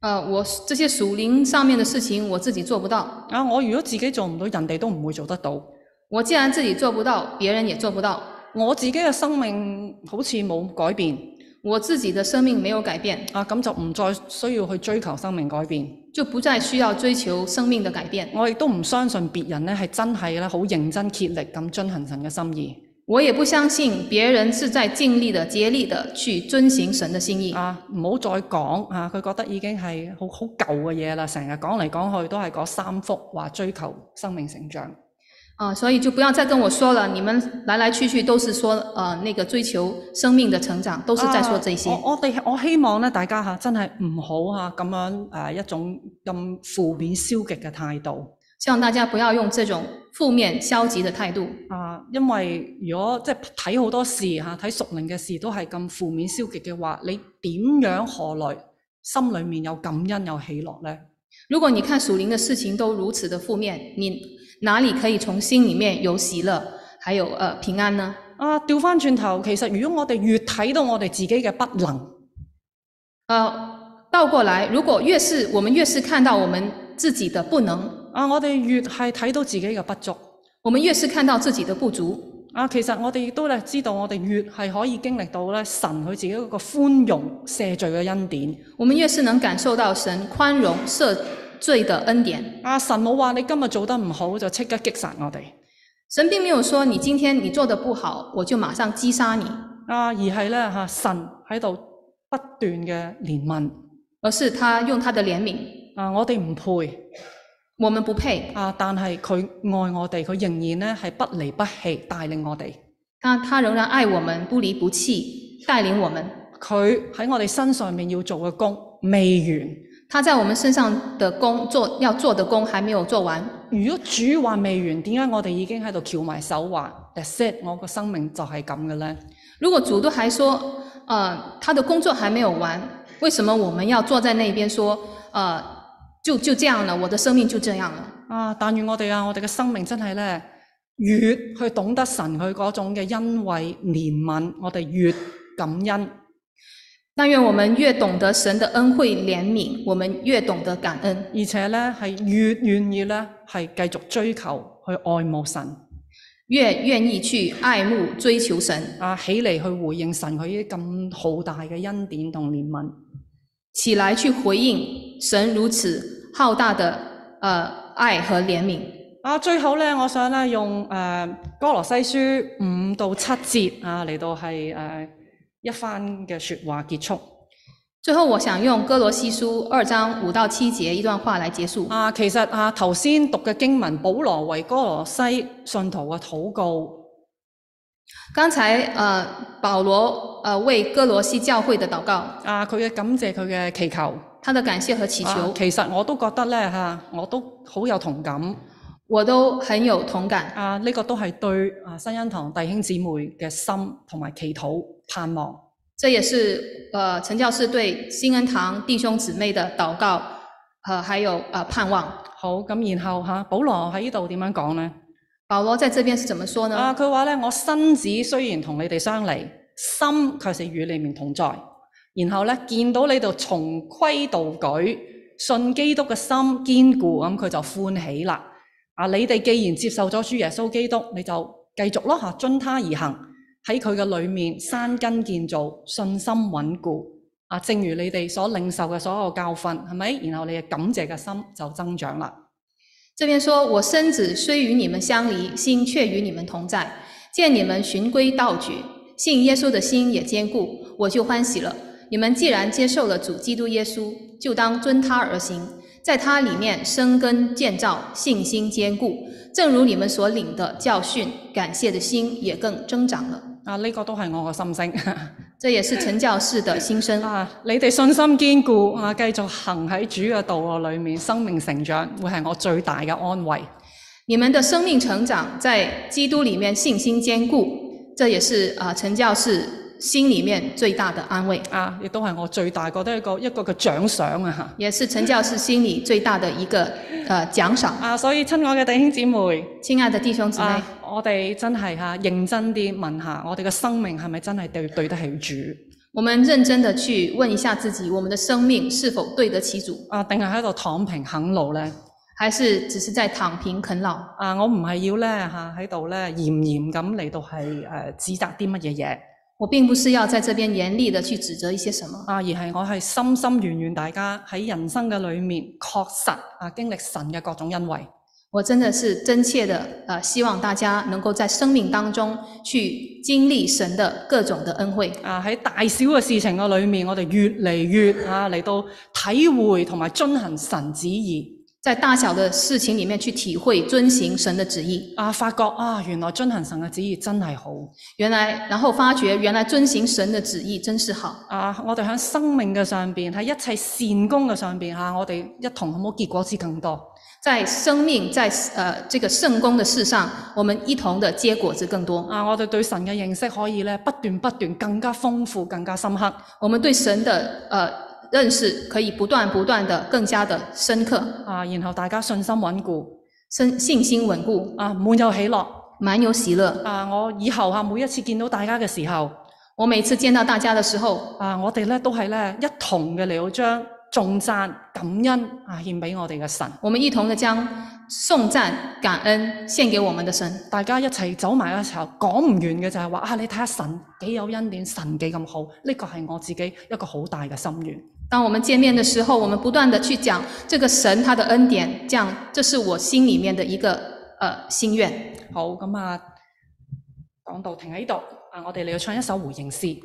S2: 呃，我这些属灵上面的事情我自己做不到，
S3: 啊，我如果自己做唔到，人哋都唔會做得到。
S2: 我既然自己做不到，别人也做不到，
S3: 我自己嘅生命好似冇改變
S2: 我自己的生命没有改变，
S3: 啊，咁就唔再需要去追求生命改變。
S2: 就不再需要追求生命的改变。
S3: 我亦都唔相信別人咧係真係咧好認真竭力咁遵行神嘅心意
S2: 我也不相信别人是在尽力的、竭力的去遵行神的心意。
S3: 啊！唔好再講啊，佢覺得已經係好好舊嘅嘢啦，成日講嚟講去都係嗰三幅話追求生命成長
S2: 啊、所以就不要再跟我说了，你们来来去去都是说呃那个追求生命的成长，都是在说这些。
S3: 啊我我哋我希望咧，大家嚇真係唔好嚇咁樣誒、呃一種咁負面消極嘅態度
S2: 希望大家不要用这种负面消極的態度，
S3: 啊，因為如果即係睇好多事嚇，睇熟靈嘅事都係咁負面消極嘅話，你點樣何來心裡面有感恩有喜樂呢？
S2: 如果你看属灵的事情都如此的负面，你哪里可以从心里面有喜乐，还有呃平安呢？
S3: 啊，調翻轉頭，其實如果我哋越睇到我哋自己嘅不能，
S2: 呃，倒过来，如果越是我们越是看到我们自己的不能，
S3: 啊，我哋越係睇到自己嘅不足，
S2: 我们越是看到自己的不足，
S3: 啊，其實我哋亦都咧知道，我哋越係可以經歷到咧神佢自己嗰個寬容赦罪嘅恩典。
S2: 我们越是能感受到神宽容赦罪的恩典。
S3: 啊，神冇話你今日做得唔好就即刻擊殺我哋，
S2: 神并没有说你今天你做的不好，我就马上击杀你，
S3: 啊，而係咧吓神喺度不斷嘅憐憫。
S2: 而是他用他的憐憫，
S3: 啊，我哋唔配
S2: 我们不配，
S3: 啊，但係佢愛我哋，佢仍然咧係不離不棄帶領我哋。
S2: 但他仍然爱我们，不离不弃，带领我们。
S3: 佢喺我哋身上面要做嘅工未完。
S2: 他在我们身上的工做要做的工还没有做完，
S3: 如果主話未完，點解我哋已經喺度翹埋手話 That's it，我個生命就係咁嘅呢？
S2: 如果主都还说，呃，他的工作还没有完，为什么我们要坐在那边说，呃，就就这样了，我的生命就这样了？
S3: 啊！但願我哋啊，我哋嘅生命真係咧，越去懂得神佢嗰種嘅恩惠憐憫，我哋越感恩。
S2: 但愿我们越懂得神的恩惠怜悯，我们越懂得感恩，
S3: 而且咧係越願意咧係繼續追求去愛慕神
S2: 越愿意去爱慕追求神，
S3: 啊，起嚟去回應神佢呢啲咁浩大嘅恩典同憐憫
S2: 起来去回应神如此浩大的呃爱和怜悯。
S3: 啊。最後咧，我想咧用誒、呃哥羅西書五到七節啊嚟到係誒、呃一番嘅説話結束
S2: 最后，我想用哥罗西书二章五到七节一段话来结束。
S3: 啊。其實啊頭先讀嘅經文，保羅為哥羅西信徒嘅禱告。
S2: 刚才呃，保罗呃为哥罗西教会的祷告，
S3: 啊！佢嘅感謝，佢嘅祈求，
S2: 他的感谢和祈
S3: 啊
S2: 求，
S3: 其實我都覺得咧嚇，我都好有同感。
S2: 我都很有同感。
S3: 啊，呢、個都係對啊新恩堂弟兄姊妹嘅心同埋祈禱盼望。
S2: 这也是呃陈教士对新恩堂弟兄姊妹的祷告，呃还有呃盼望。
S3: 好，咁然後嚇、啊保羅喺呢度點樣講呢？
S2: 保罗在这边是怎么说呢？
S3: 啊，佢話咧：我身子雖然同你哋相離，心卻是與你們同在。然後咧，見到你哋從規蹈矩，信基督嘅心堅固，咁佢就歡喜啦。啊，你哋既然接受咗主耶穌基督，你就繼續咯嚇，遵他而行，喺佢嘅裏面山根建造，信心穩固。啊，正如你哋所領受嘅所有教訓，係咪？然後你嘅感謝嘅心就增長啦。
S2: 这边说：“我身子虽与你们相离，心却与你们同在。见你们循规蹈矩，信耶稣的心也坚固，我就欢喜了。你们既然接受了主基督耶稣，就当遵他而行，在他里面生根建造，信心坚固。正如你们所领的教训，感谢的心也更增长了。
S3: 啊，呢、個都係我嘅心聲。”
S2: 这也是陈教士的心声。
S3: 啊！你哋信心堅固啊，繼續行喺主嘅道路裏面，生命成長會係我最大嘅安慰。
S2: 你们的生命成长在基督里面信心坚固，这也是啊、呃陈教士心里面最大的安慰。
S3: 啊，亦都係我最大覺得一個一個嘅獎賞啊！
S2: 也是陈教士心里最大的一个呃奖赏。
S3: 啊，所以親愛嘅弟兄姊妹
S2: 亲爱的弟兄姊妹，
S3: 啊，我哋真係嚇、認真啲問下，我哋嘅生命係咪真係對對得起主
S2: 我们认真的去问一下自己，我们的生命是否对得起主，
S3: 啊？定係喺度躺平啃老呢？
S2: 还是只是在躺平啃老？
S3: 啊，我唔係要咧嚇喺度咧嚴嚴咁嚟到係誒、呃指責啲乜嘢嘢
S2: 我並不是要在这边严厉的去指责一些什么，
S3: 啊，而係我係深深願願大家喺人生嘅裏面確實啊經歷神嘅各種恩惠。
S2: 我真的是真切的呃希望大家能够在生命当中去经历神的各种的恩惠，
S3: 啊喺大小嘅事情嘅裏面，我哋越嚟越啊嚟到體會同埋遵行神旨意。
S2: 在大小的事情里面去体会遵行神的旨意。
S3: 啊，發覺啊，原來遵行神嘅旨意真係好。
S2: 原来，然后发觉原来遵行神的旨意真是好。
S3: 啊，我哋喺生命嘅上邊，喺一切善功嘅上邊嚇、啊我哋一同好冇結果子更多。
S2: 在生命在呃这个圣功的事上，我们一同的结果子更多。
S3: 啊，我哋對神嘅認識可以咧不斷不斷更加豐富、更加深刻。
S2: 我们对神的呃认识可以不断不断的更加的深刻，
S3: 啊，然後大家信心穩固，
S2: 深信心稳固，
S3: 啊滿有喜樂。
S2: 满有喜乐。
S3: 啊，我以後嚇、啊每一次見到大家嘅時候，
S2: 我每次见到大家的时候，
S3: 啊，我哋咧都係咧一同嘅嚟到將重讚感恩啊獻俾我哋嘅神，
S2: 我们一同的将颂赞、感恩献给我们的神。
S3: 大家一齊走埋嘅時候，講唔完嘅就係話啊，你睇下神幾有恩典，神幾咁好，呢個係我自己一個好大嘅心願。
S2: 当我们见面的时候，我们不断的去讲这个神他的恩典，这样这是我心里面的一个呃心愿。
S3: 好，咁啊，講到停喺度啊，我哋嚟到唱一首回應詩。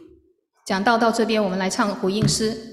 S2: 讲到到这边，我们来唱回应诗。